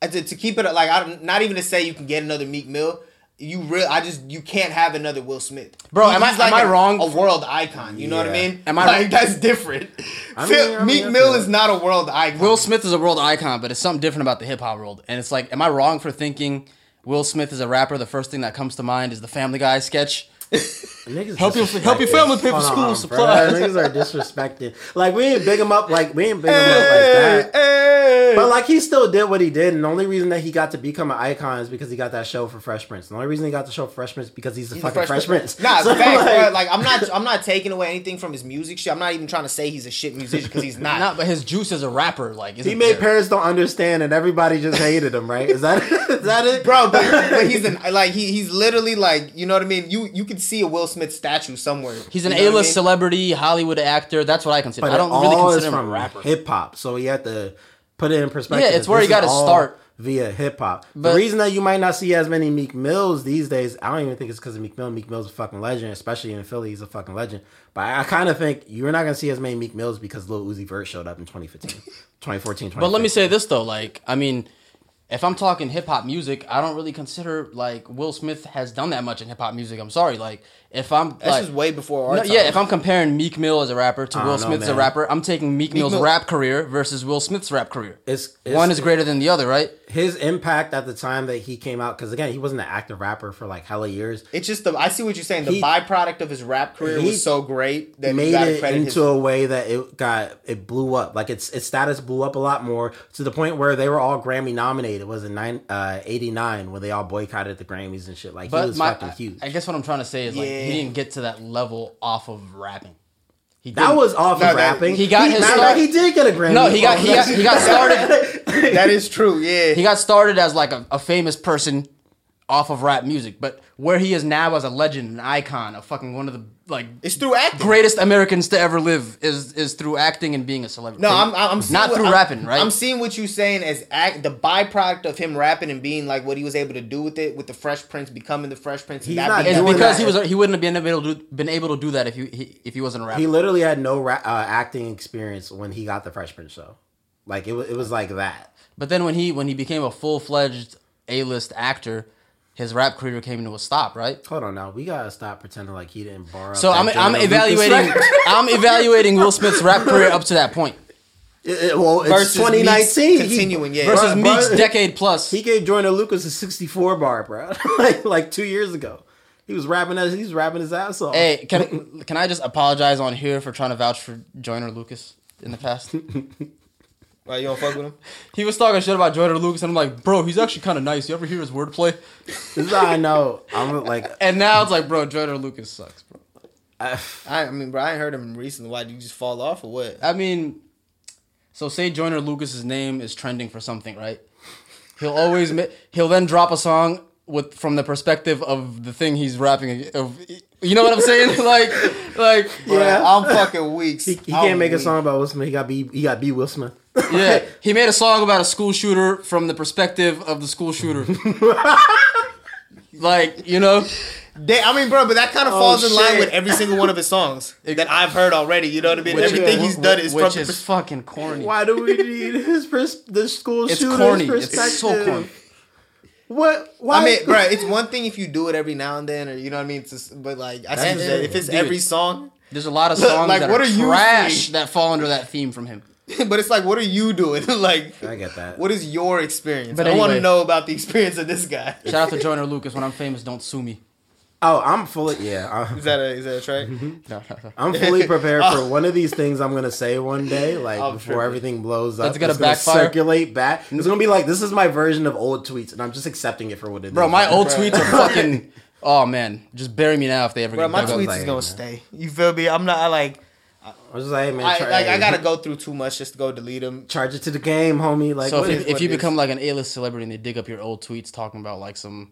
Speaker 3: I did- to keep it like, I don't, not even to say you can get another Meek Mill. You real, I just you can't have another Will Smith,
Speaker 2: Bro, am I-
Speaker 3: he's
Speaker 2: am I
Speaker 3: a-
Speaker 2: wrong?
Speaker 3: A world icon, you know what I
Speaker 4: Yeah.
Speaker 3: mean?
Speaker 2: Am I-
Speaker 3: like that's different.
Speaker 4: I
Speaker 3: Phil-
Speaker 4: mean, I mean, I
Speaker 3: Meek
Speaker 4: feel
Speaker 3: Mill
Speaker 4: that.
Speaker 3: is not a world icon.
Speaker 2: Will Smith is a world icon, but it's something different about the hip hop world. And it's like, am I wrong for thinking Will Smith is a rapper? The first thing that comes to mind is the Family Guy sketch.
Speaker 4: Niggas
Speaker 2: Help your-
Speaker 4: disrespected.
Speaker 2: help your family pay for
Speaker 4: Hold
Speaker 2: school
Speaker 4: on,
Speaker 2: supplies.
Speaker 4: bruh. Niggas are disrespected. Like we ain't big him up. Like we ain't big him up
Speaker 3: Hey,
Speaker 4: like that.
Speaker 3: hey.
Speaker 4: But like he still did what he did, and the only reason that he got to become an icon is because he got that show for Fresh Prince. The only reason he got the show for Fresh Prince is because he's a fucking Fresh Prince.
Speaker 3: Nah,
Speaker 4: So,
Speaker 3: facts,
Speaker 4: like-
Speaker 3: bro. Like I'm not, I'm not taking away anything from his music shit. I'm not even trying to say he's a shit musician because he's not.
Speaker 2: Not, but his juice as a rapper, like
Speaker 4: He made parents don't understand, and everybody just hated him. Right? Is that is that it,
Speaker 3: bro. But, but he's an like he, he's literally like you know what I mean. You you could see a Will Smith statue somewhere.
Speaker 2: He's an
Speaker 3: You know what I
Speaker 2: A-list
Speaker 3: mean?
Speaker 2: celebrity, Hollywood actor. That's what I consider.
Speaker 4: But
Speaker 2: I don't
Speaker 4: it
Speaker 2: really
Speaker 4: all
Speaker 2: consider
Speaker 4: is
Speaker 2: him a
Speaker 4: from
Speaker 2: rapper.
Speaker 4: Hip hop, so you have to put it in perspective.
Speaker 2: Yeah, it's where
Speaker 4: This
Speaker 2: you gotta
Speaker 4: is all
Speaker 2: start.
Speaker 4: via hip hop. The
Speaker 2: But-
Speaker 4: reason that you might not see as many Meek Mills these days, I don't even think it's because of Meek Mill. Meek Mill's a fucking legend, especially in Philly. He's a fucking legend. But I, I kind of think you're not gonna see as many Meek Mills because Lil Uzi Vert showed up in 2015, 2014,
Speaker 2: But let me
Speaker 4: 2015.
Speaker 2: say this though, like I mean, if I'm talking hip hop music, I don't really consider like Will Smith has done that much in hip hop music. I'm sorry, like if I'm
Speaker 3: That's
Speaker 2: like,
Speaker 3: just way before our
Speaker 2: No,
Speaker 3: time.
Speaker 2: yeah, if I'm comparing Meek Mill as a rapper to Will
Speaker 4: don't know,
Speaker 2: Smith as a
Speaker 4: man.
Speaker 2: rapper, I'm taking Meek, Mill's
Speaker 3: Mill-
Speaker 2: rap career versus Will Smith's rap career.
Speaker 4: It's- it's-
Speaker 2: One is greater than the other, right?
Speaker 4: his impact at the time that he came out, because again, he wasn't an active rapper for like hella years.
Speaker 3: it's just the I see what you're saying. The
Speaker 4: He-
Speaker 3: byproduct of his rap career
Speaker 4: he
Speaker 3: was so great that you
Speaker 4: made
Speaker 3: gotta
Speaker 4: it
Speaker 3: credit
Speaker 4: into
Speaker 3: his.
Speaker 4: a way that it got it blew up. Like its its status blew up a lot more to the point where they were all Grammy nominated. It was in nine uh, eighty nine when they all boycotted the Grammys and shit. Like he
Speaker 2: But
Speaker 4: was
Speaker 2: my,
Speaker 4: fucking huge.
Speaker 2: I guess what I'm trying to say is like
Speaker 3: Yeah.
Speaker 2: he didn't get to that level off of rapping. He
Speaker 4: that
Speaker 2: didn't.
Speaker 4: was off
Speaker 3: No, that-
Speaker 4: of rapping.
Speaker 2: he got his
Speaker 4: matter of
Speaker 2: start-
Speaker 4: fact, he did get a Grammy.
Speaker 2: no, he got he got, he got started.
Speaker 3: that is true. Yeah.
Speaker 2: He got started as like a, a famous person, off of rap music, but where he is now as a legend, an icon, a fucking one of the like
Speaker 3: It's through acting.
Speaker 2: greatest Americans to ever live is is through acting and being a celebrity.
Speaker 3: No, I'm I'm seeing
Speaker 2: not
Speaker 3: what-
Speaker 2: through
Speaker 3: I'm-
Speaker 2: rapping, right?
Speaker 3: I'm seeing what you saying as act, the byproduct of him rapping and being like what he was able to do with it, with the Fresh Prince becoming the Fresh Prince.
Speaker 4: He's
Speaker 3: and that
Speaker 4: not
Speaker 3: being
Speaker 2: it's
Speaker 3: that-
Speaker 4: doing
Speaker 2: because
Speaker 4: that.
Speaker 2: he was he wouldn't have been able to do, been able to do that if he, he if he wasn't a rapper.
Speaker 4: He literally had no ra- uh, acting experience when he got the Fresh Prince show. Like it was, it was like that.
Speaker 2: But then when he when he became a full fledged A list actor, his rap career came to a stop, right?
Speaker 4: Hold on now, we gotta stop pretending like he didn't borrow.
Speaker 2: So
Speaker 4: that
Speaker 2: I'm I'm
Speaker 4: Jordan Lucas
Speaker 2: evaluating
Speaker 4: record.
Speaker 2: I'm evaluating Will Smith's rap career up to that point
Speaker 4: It- it- well, it's
Speaker 3: Versus
Speaker 4: 2019.
Speaker 3: Meeks continuing, yeah.
Speaker 4: Bruh,
Speaker 2: versus
Speaker 4: bruh,
Speaker 2: Meek's decade plus.
Speaker 4: He gave Jordan Lucas a 64 bar, bro. like like two years ago, he was rapping as he's rapping his ass off.
Speaker 2: Hey, can can I just apologize on here for trying to vouch for Joyner Lucas in the past?
Speaker 3: Why, you don't fuck with him?
Speaker 2: he was talking shit about Joyner Lucas, and I'm like, bro, he's actually kind of nice. You ever hear his wordplay?
Speaker 4: this is how I know. I'm like,
Speaker 2: And now it's like, bro, Joyner Lucas sucks, bro.
Speaker 4: I,
Speaker 3: I, I mean, bro, I ain't heard him recently. Why did you just fall off or what?
Speaker 2: I mean, so say Joyner Lucas's name is trending for something, right? He'll always ma- he'll then drop a song with from the perspective of the thing he's rapping of. You know what I'm saying? like, like
Speaker 4: yeah.
Speaker 3: I'm fucking weak.
Speaker 4: he, he can't make a song about Will Smith. He got B. He got B. Will Smith.
Speaker 2: Yeah, he made a song about a school shooter from the perspective of the school shooter. like, you know,
Speaker 3: They, I mean, bro, but that kind of falls in line
Speaker 4: shit.
Speaker 3: with every single one of his songs that I've heard already. You know what I mean? Everything he's done is
Speaker 2: which
Speaker 3: from
Speaker 2: is
Speaker 3: is,
Speaker 2: fucking corny.
Speaker 4: Why do we need his pers- the school
Speaker 2: It's
Speaker 4: shooter's
Speaker 2: corny.
Speaker 4: perspective?
Speaker 2: It's so corny.
Speaker 4: What? Why?
Speaker 3: I mean, bro, it's one thing if you do it every now and then, or you know what I mean. It's just- but like, I said,
Speaker 2: That's-
Speaker 3: that if it's
Speaker 2: dude.
Speaker 3: every song,
Speaker 2: There's a lot of
Speaker 3: Look,
Speaker 2: songs
Speaker 3: like,
Speaker 2: that
Speaker 3: what
Speaker 2: are,
Speaker 3: are you
Speaker 2: trash
Speaker 3: seeing?
Speaker 2: that fall under that theme from him.
Speaker 3: but it's like, what are you doing? like,
Speaker 4: I get that.
Speaker 3: What is your experience?
Speaker 2: But
Speaker 3: I want to
Speaker 2: anyway.
Speaker 3: know about the experience of this guy.
Speaker 2: Shout out to Joyner Lucas. When I'm famous, don't sue me.
Speaker 4: oh, I'm fully yeah. I'm,
Speaker 3: Is that a is that a track?
Speaker 2: No, no, no.
Speaker 4: I'm fully prepared for one of these things I'm gonna say one day, like
Speaker 3: I'm
Speaker 4: before
Speaker 3: tripping.
Speaker 4: everything blows up.
Speaker 2: That's gonna
Speaker 4: gonna
Speaker 2: backfire.
Speaker 4: circulate back. It's gonna be like this is my version of old tweets, and I'm just accepting it for what it is.
Speaker 2: Bro, my old
Speaker 3: Bro.
Speaker 2: tweets are fucking. Oh man, just bury me now if they ever.
Speaker 3: Bro,
Speaker 2: get
Speaker 3: my
Speaker 2: dug up.
Speaker 3: tweets
Speaker 4: like,
Speaker 3: is gonna
Speaker 4: man.
Speaker 3: stay. You feel me? I'm not I like
Speaker 4: I'm just like, hey, man,
Speaker 3: I
Speaker 4: try-
Speaker 3: like I
Speaker 4: hey,
Speaker 3: gotta go through too much just to go delete them.
Speaker 4: charge it to the game, homie. Like,
Speaker 2: So
Speaker 4: what
Speaker 2: if,
Speaker 4: is-
Speaker 2: you, if you
Speaker 3: what it
Speaker 2: become
Speaker 3: is.
Speaker 2: like an A-list celebrity and they dig up your old tweets talking about like some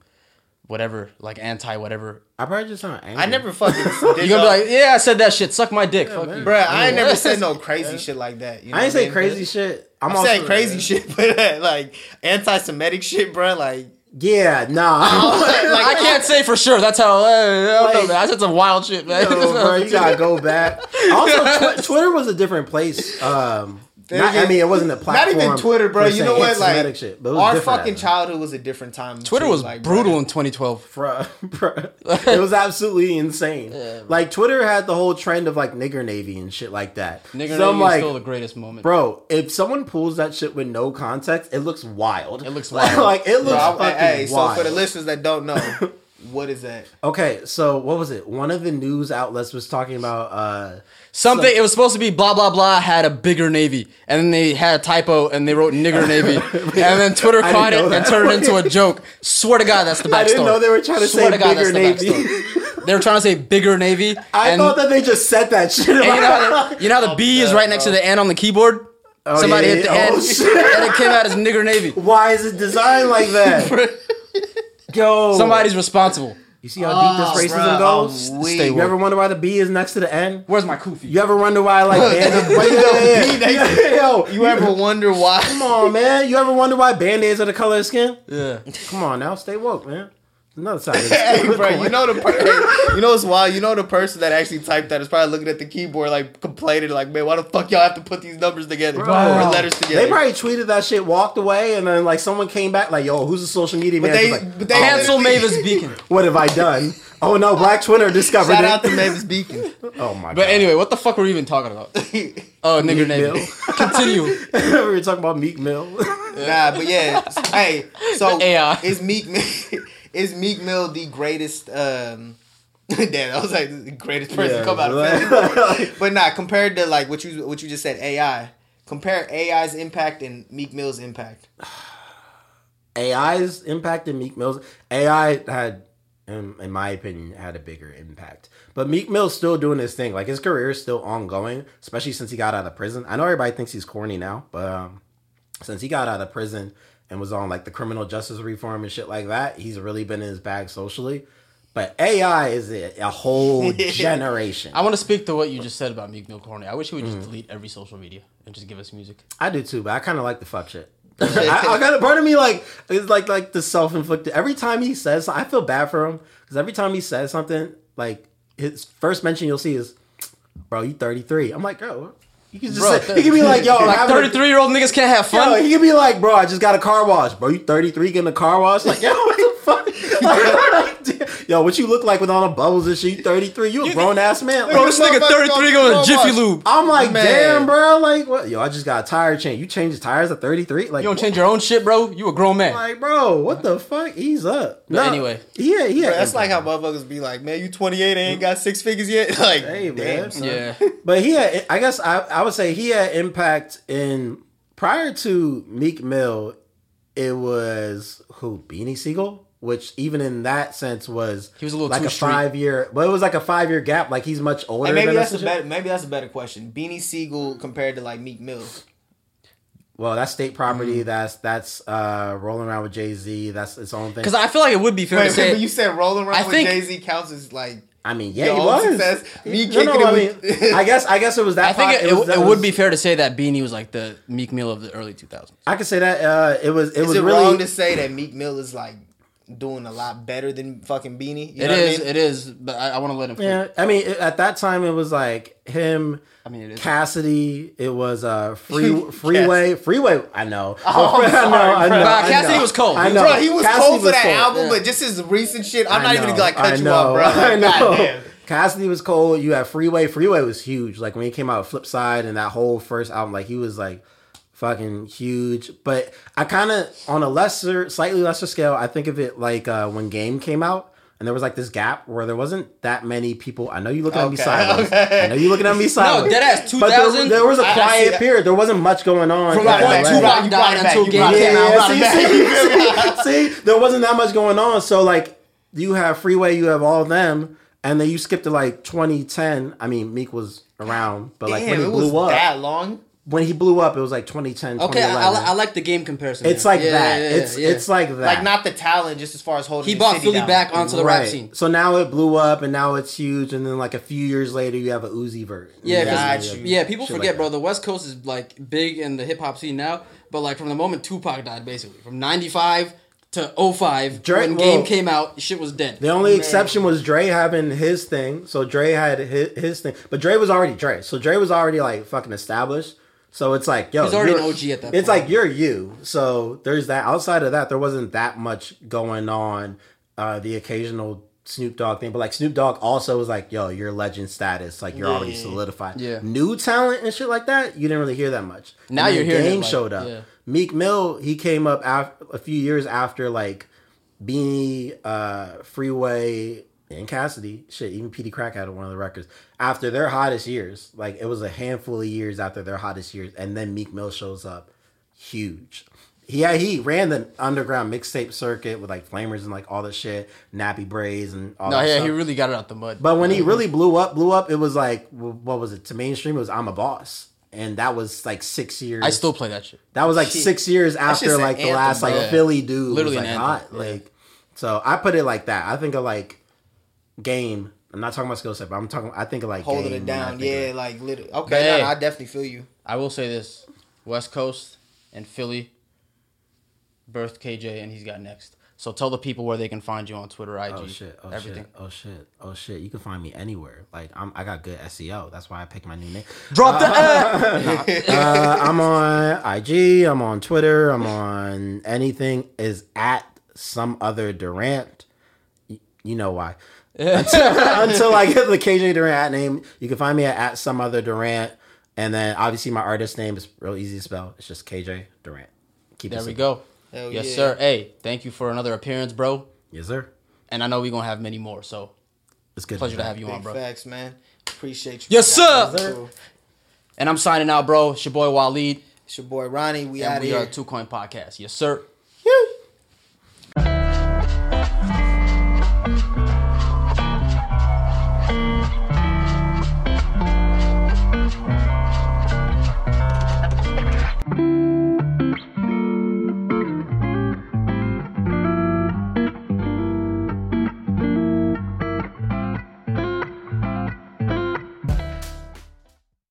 Speaker 2: whatever, like anti whatever,
Speaker 4: I probably just sound angry.
Speaker 3: I never fucking.
Speaker 2: you're gonna
Speaker 3: did no,
Speaker 2: be
Speaker 4: uh,
Speaker 2: like, yeah, I said that shit. Suck my dick. Fuck you.
Speaker 3: bro, I ain't never said no crazy shit like that. You know
Speaker 4: I ain't
Speaker 3: what
Speaker 4: say
Speaker 3: mean?
Speaker 4: crazy shit. I'm,
Speaker 3: I'm
Speaker 4: also-
Speaker 3: saying crazy shit, but uh, like anti-Semitic shit, bro. Like,
Speaker 4: Yeah, nah.
Speaker 3: like
Speaker 2: I can't say for sure. That's how. uh, I don't know,
Speaker 4: Like-
Speaker 2: man. I said some wild shit, man.
Speaker 4: Yo, bro, you gotta go back. Also, tw- Twitter was a different place. Um, not, I mean, it wasn't a
Speaker 3: Not
Speaker 4: platform.
Speaker 3: even Twitter, bro.
Speaker 4: per
Speaker 3: You
Speaker 4: se,
Speaker 3: know what? Like,
Speaker 4: anti-Semitic shit, but it was
Speaker 3: our
Speaker 4: different
Speaker 3: fucking
Speaker 4: at that
Speaker 3: childhood was a different time.
Speaker 2: Twitter
Speaker 3: too,
Speaker 2: was
Speaker 3: like, bro.
Speaker 2: brutal in 2012.
Speaker 4: Bruh, bruh. It was absolutely insane. like Twitter had the whole trend of like nigger navy and shit like that.
Speaker 2: Nigga,
Speaker 4: so I'm
Speaker 2: Navy is
Speaker 4: like,
Speaker 2: still the greatest moment.
Speaker 4: bro, if someone pulls that shit with no context, it looks wild.
Speaker 2: It looks
Speaker 4: Like-
Speaker 2: wild.
Speaker 4: like it looks
Speaker 3: Bro, I-
Speaker 4: fucking
Speaker 3: hey,
Speaker 4: wild.
Speaker 3: so for the listeners that don't know, what is that?
Speaker 4: okay, so what was it? One of the news outlets was talking about uh
Speaker 2: Something it was supposed to be blah blah blah had a bigger navy, and then they had a typo and they wrote nigger navy, and then Twitter
Speaker 4: I didn't
Speaker 2: caught it
Speaker 4: know
Speaker 2: and
Speaker 4: that.
Speaker 2: turned it into a joke. Swear to God, that's the backstory.
Speaker 4: I didn't know they were trying to
Speaker 2: Swear
Speaker 4: say bigger
Speaker 2: that's the
Speaker 4: navy.
Speaker 2: backstory. they were trying to say bigger navy.
Speaker 4: I
Speaker 2: and-
Speaker 4: thought that they just said that shit.
Speaker 2: and you know, how the- you know how the B is right next to the N on the keyboard. Somebody
Speaker 4: yeah,
Speaker 2: hit the
Speaker 4: yeah.
Speaker 2: N,
Speaker 4: Oh, shit.
Speaker 2: and it came out as nigger navy.
Speaker 4: Why is it designed like that? Yo,
Speaker 2: Somebody's responsible.
Speaker 4: You see how deep this racism goes?
Speaker 2: Stay
Speaker 4: You
Speaker 2: woke.
Speaker 4: ever wonder why the B is next to the N?
Speaker 2: Where's my kufi?
Speaker 4: You ever wonder why, like, band- why you,
Speaker 3: B next-
Speaker 4: Yo,
Speaker 3: You ever wonder why?
Speaker 4: Come on, man. You ever wonder why band-aids are the color of skin?
Speaker 2: Yeah.
Speaker 4: Come on now, stay woke, man. Another side. Of
Speaker 3: Hey,
Speaker 4: this.
Speaker 3: bro, you know the per- hey, you know it's wild. You know the person that actually typed that is probably looking at the keyboard like complaining like, man, why the fuck y'all have to put these numbers together
Speaker 4: Bro.
Speaker 3: or letters together?
Speaker 4: They probably tweeted that shit, walked away, and then like someone came back, like, "Yo, who's the social media
Speaker 3: but
Speaker 4: man?"
Speaker 3: they,
Speaker 4: She's like,
Speaker 3: but they
Speaker 2: Cancel
Speaker 3: literally-
Speaker 2: Mavis Beacon.
Speaker 4: what have I done? Oh no, Black Twitter discovered
Speaker 3: Shout
Speaker 4: it.
Speaker 3: out to Mavis Beacon.
Speaker 4: oh my
Speaker 2: But
Speaker 4: god.
Speaker 2: anyway, what the fuck were we even talking about? Oh, nigger navy.
Speaker 4: Mill.
Speaker 2: Continue.
Speaker 4: we were talking about Meek Mill.
Speaker 3: Nah, but yeah, hey, so
Speaker 2: The AI.
Speaker 3: is Meek Mill, is Meek Mill the greatest? um Damn, I was like the greatest person to come out of Philly. But nah, compared to like what you what you just said, AI. Compare AI's impact and Meek Mill's impact.
Speaker 4: AI's impact and Meek Mill's AI had, um, in my opinion, had a bigger impact. But Meek Mill's still doing his thing. Like his career is still ongoing, especially since he got out of prison. I know everybody thinks he's corny now, but um, since he got out of prison and was on like the criminal justice reform and shit like that. He's really been in his bag socially. But AI is a, a whole generation.
Speaker 2: I want to speak to what you just said about Meek Mill Corny. I wish he would
Speaker 4: Mm.
Speaker 2: just delete every social media and just give us music.
Speaker 4: I do too, but I kind of like the fuck shit. I, I kind of part of me like is like like the self inflicted. Every time he says, I feel bad for him because every time he says something, like his first mention you'll see is, "Bro, you 33." I'm like, "Bro, you can just
Speaker 2: Bro,
Speaker 4: say, he can be like, yo, I'm
Speaker 2: like
Speaker 4: having a-
Speaker 2: 33 year old niggas can't have fun.
Speaker 4: Yo, he could be like, bro, I just got a car wash. Bro, you 33 getting a car wash? Like, yo, what the fuck? Like, yo, what you look like with all the bubbles and shit? You 33, you a grown ass man. Like,
Speaker 2: Bro, this nigga 33 going to Jiffy Lube.
Speaker 4: I'm like,
Speaker 3: Man.
Speaker 4: damn, bro. Like, what? Yo, I just got a tire change. You change the tires at 33? Like,
Speaker 2: You don't change your own shit, bro. You a grown man.
Speaker 4: Like, bro, what the fuck? He's up.
Speaker 2: But anyway.
Speaker 4: yeah, yeah.
Speaker 3: Bro, that's like how motherfuckers be like, man, you 28 and ain't got six figures yet. Like,
Speaker 4: Hey,
Speaker 3: damn,
Speaker 4: man.
Speaker 3: son.
Speaker 2: yeah.
Speaker 4: But he had, I guess I, I would say he had impact in prior to Meek Mill, it was who Beanie Siegel, which even in that sense was
Speaker 2: He was a little
Speaker 4: like
Speaker 2: too
Speaker 4: a
Speaker 2: street.
Speaker 4: five year, but it was like a five year gap. Like he's much older.
Speaker 3: And maybe
Speaker 4: than
Speaker 3: that's a
Speaker 4: us and shit.
Speaker 3: better maybe that's a better question. Beanie Siegel compared to like Meek Mill.
Speaker 4: Well, that's state
Speaker 2: Mm.
Speaker 4: property. That's that's uh rolling around with Jay Z. That's its own thing.
Speaker 2: Because I feel like it would be fair to
Speaker 3: Wait,
Speaker 2: say.
Speaker 3: but you said rolling around
Speaker 2: I
Speaker 3: with
Speaker 2: think-
Speaker 3: Jay Z counts as like
Speaker 4: I mean, yeah,
Speaker 3: Your
Speaker 4: he
Speaker 3: own
Speaker 4: was.
Speaker 3: success. Me
Speaker 4: No, no,
Speaker 3: kicking it
Speaker 4: I,
Speaker 3: with-
Speaker 4: mean, I guess I guess it was that.
Speaker 2: I think
Speaker 4: pop-
Speaker 2: it, it,
Speaker 4: was- that
Speaker 2: it
Speaker 4: was-
Speaker 2: would be fair to say that Beanie was like the Meek Mill of the early 2000s.
Speaker 4: I could say that uh, it was. It
Speaker 3: Is
Speaker 4: was
Speaker 3: it
Speaker 4: really
Speaker 3: wrong to say that Meek Mill is like doing a lot better than fucking Beanie? You
Speaker 2: It
Speaker 3: know
Speaker 2: is,
Speaker 3: What I
Speaker 2: it
Speaker 3: mean?
Speaker 2: is, but I, I want to let him.
Speaker 4: Yeah, I mean, it- at that time it was like him.
Speaker 2: I mean, it is.
Speaker 4: Cassidy. It was uh free freeway freeway. I know.
Speaker 2: Oh,
Speaker 4: I know. I know.
Speaker 3: bro.
Speaker 4: I know.
Speaker 2: Cassidy was cold.
Speaker 4: I know.
Speaker 3: Bro, he was
Speaker 4: Cassidy
Speaker 3: cold for that
Speaker 4: cold.
Speaker 3: album, but just his recent shit, I'm
Speaker 4: I
Speaker 3: not even
Speaker 4: know,
Speaker 3: gonna like cut
Speaker 4: I
Speaker 3: you
Speaker 4: know,
Speaker 3: off, bro.
Speaker 4: I
Speaker 3: Like,
Speaker 4: know.
Speaker 3: goddamn.
Speaker 4: Cassidy was cold. You had Freeway. Freeway was huge. Like when he came out with Flipside and that whole first album, like he was like fucking huge. But I kind of, on a lesser, slightly lesser scale, I think of it like uh, when Game came out. And there was like this gap where there wasn't that many people. I know you looking at me
Speaker 3: Okay,
Speaker 4: sideways.
Speaker 3: okay.
Speaker 4: I know you looking at me sideways.
Speaker 2: deadass,
Speaker 4: But there-
Speaker 2: 2000,
Speaker 4: There, was a
Speaker 3: I- I see
Speaker 4: quiet
Speaker 3: that.
Speaker 4: period. There wasn't much going on.
Speaker 2: From
Speaker 4: at
Speaker 2: the
Speaker 4: that
Speaker 2: point
Speaker 4: time.
Speaker 2: two rock down until Game
Speaker 4: Yeah,
Speaker 2: came out,
Speaker 4: yeah,
Speaker 2: brought it back.
Speaker 4: see, see, see, see, there wasn't that much going on. So like, you have Freeway, you have all them, and then you skip to like 2010. I mean, Meek was around, but like
Speaker 3: Damn,
Speaker 4: when
Speaker 3: it
Speaker 4: he blew
Speaker 3: was
Speaker 4: up,
Speaker 3: that long.
Speaker 4: when he blew up, it was like 2010.
Speaker 2: Okay, I, I,
Speaker 4: 2011.
Speaker 2: li- I like the game comparison.
Speaker 4: it's
Speaker 2: there.
Speaker 4: like
Speaker 2: Yeah,
Speaker 4: that.
Speaker 2: yeah, yeah,
Speaker 4: it's
Speaker 2: yeah.
Speaker 4: it's like that.
Speaker 3: Like not the talent, just as far as holding.
Speaker 2: He
Speaker 3: the
Speaker 2: brought
Speaker 3: city
Speaker 2: Philly
Speaker 3: down.
Speaker 2: back onto the rap scene.
Speaker 4: So now it blew up, and now it's huge. And then like a few years later, you have a Uzi vert.
Speaker 2: Yeah, 'cause-
Speaker 3: Got you.
Speaker 2: yeah, people
Speaker 4: Shit
Speaker 2: forget,
Speaker 4: like
Speaker 2: bro. The West Coast is like big in the hip hop scene now, but like from the moment Tupac died, basically from '95 to 05,
Speaker 4: Drake-
Speaker 2: when Game
Speaker 4: well-
Speaker 2: came out, shit was dead.
Speaker 4: The only exception was Dre having his thing. So Dre had his, his thing, but Dre was already Dre. So Dre was already like fucking established. So it's like, yo,
Speaker 2: He's already
Speaker 4: you're-
Speaker 2: an OG at that
Speaker 4: It's
Speaker 2: point.
Speaker 4: like you're you. So there's that. Outside of that, there wasn't that much going on. Uh, the occasional Snoop Dogg thing, but like Snoop Dogg also was like, yo, you're legend status. Like you're already solidified.
Speaker 2: Yeah.
Speaker 4: New talent and shit like that, you didn't really hear that much.
Speaker 2: Now
Speaker 4: And
Speaker 2: you're
Speaker 4: then
Speaker 2: hearing it,
Speaker 4: Game
Speaker 2: like,
Speaker 4: showed up.
Speaker 2: yeah.
Speaker 4: Meek Mill, he came up after, a few years after like Beanie, uh, Freeway, and Cassidy. Shit, even Petey Crack had one of the records. After their hottest years, like it was a handful of years after their hottest years, and then Meek Mill shows up huge. Yeah, he ran the underground mixtape circuit with like Flamers and like all the shit, Nappy Braids and all
Speaker 2: No,
Speaker 4: that
Speaker 2: yeah,
Speaker 4: stuff.
Speaker 2: he really got it out the mud.
Speaker 4: But when he really blew up, blew up, it was like w- what was it? To mainstream, it was I'm a boss, and that was like six years.
Speaker 2: I still play that shit.
Speaker 4: that was like
Speaker 3: Shit.
Speaker 4: six years
Speaker 3: shit's
Speaker 4: after
Speaker 3: an
Speaker 4: like the
Speaker 3: anthem,
Speaker 4: last like
Speaker 2: bro.
Speaker 4: Philly dude
Speaker 2: Literally
Speaker 4: was like
Speaker 2: an
Speaker 4: hot.
Speaker 2: anthem, yeah.
Speaker 4: Like, so I put it like that. I think of like game. I'm not talking about skill set, but I'm talking. I think of like
Speaker 3: holding
Speaker 4: game
Speaker 3: it
Speaker 4: when I
Speaker 3: down.
Speaker 4: think of
Speaker 3: Yeah,
Speaker 4: it.
Speaker 3: like literally. Okay,
Speaker 2: Man.
Speaker 3: no, no, I definitely feel you.
Speaker 2: I will say this: West Coast and Philly birthed KJ, and he's got next. So tell the people where they can find you on Twitter, IG,
Speaker 4: Oh shit! Oh
Speaker 2: everything.
Speaker 4: shit! Oh shit! Oh shit! You can find me anywhere. Like I'm, I got good SEO. That's why I picked my new name.
Speaker 2: Drop the ad.
Speaker 4: uh, I'm on IG. I'm on Twitter. I'm on anything is at some other Durant. Y- You know why? until, until I get the KJ Durant at name, you can find me at, at some other Durant. And then obviously my artist name is real easy to spell. It's just KJ Durant. Keep
Speaker 2: There
Speaker 4: it
Speaker 2: we
Speaker 4: simple.
Speaker 2: go.
Speaker 3: Hell
Speaker 2: yes,
Speaker 3: yeah.
Speaker 2: sir. Hey, thank you for another appearance, bro.
Speaker 4: Yes, sir.
Speaker 2: And I know we're gonna have many more. So
Speaker 4: It's good.
Speaker 2: pleasure
Speaker 4: be
Speaker 2: to
Speaker 4: back.
Speaker 2: have you on,
Speaker 3: Big
Speaker 2: bro.
Speaker 3: facts, man. Appreciate you.
Speaker 2: Yes,
Speaker 3: for that.
Speaker 2: sir. And I'm signing out, bro. It's your boy Waleed,
Speaker 3: It's your boy Ronnie. We
Speaker 2: and
Speaker 3: out
Speaker 2: we
Speaker 3: here.
Speaker 2: are Two Coin Podcast. Yes, sir.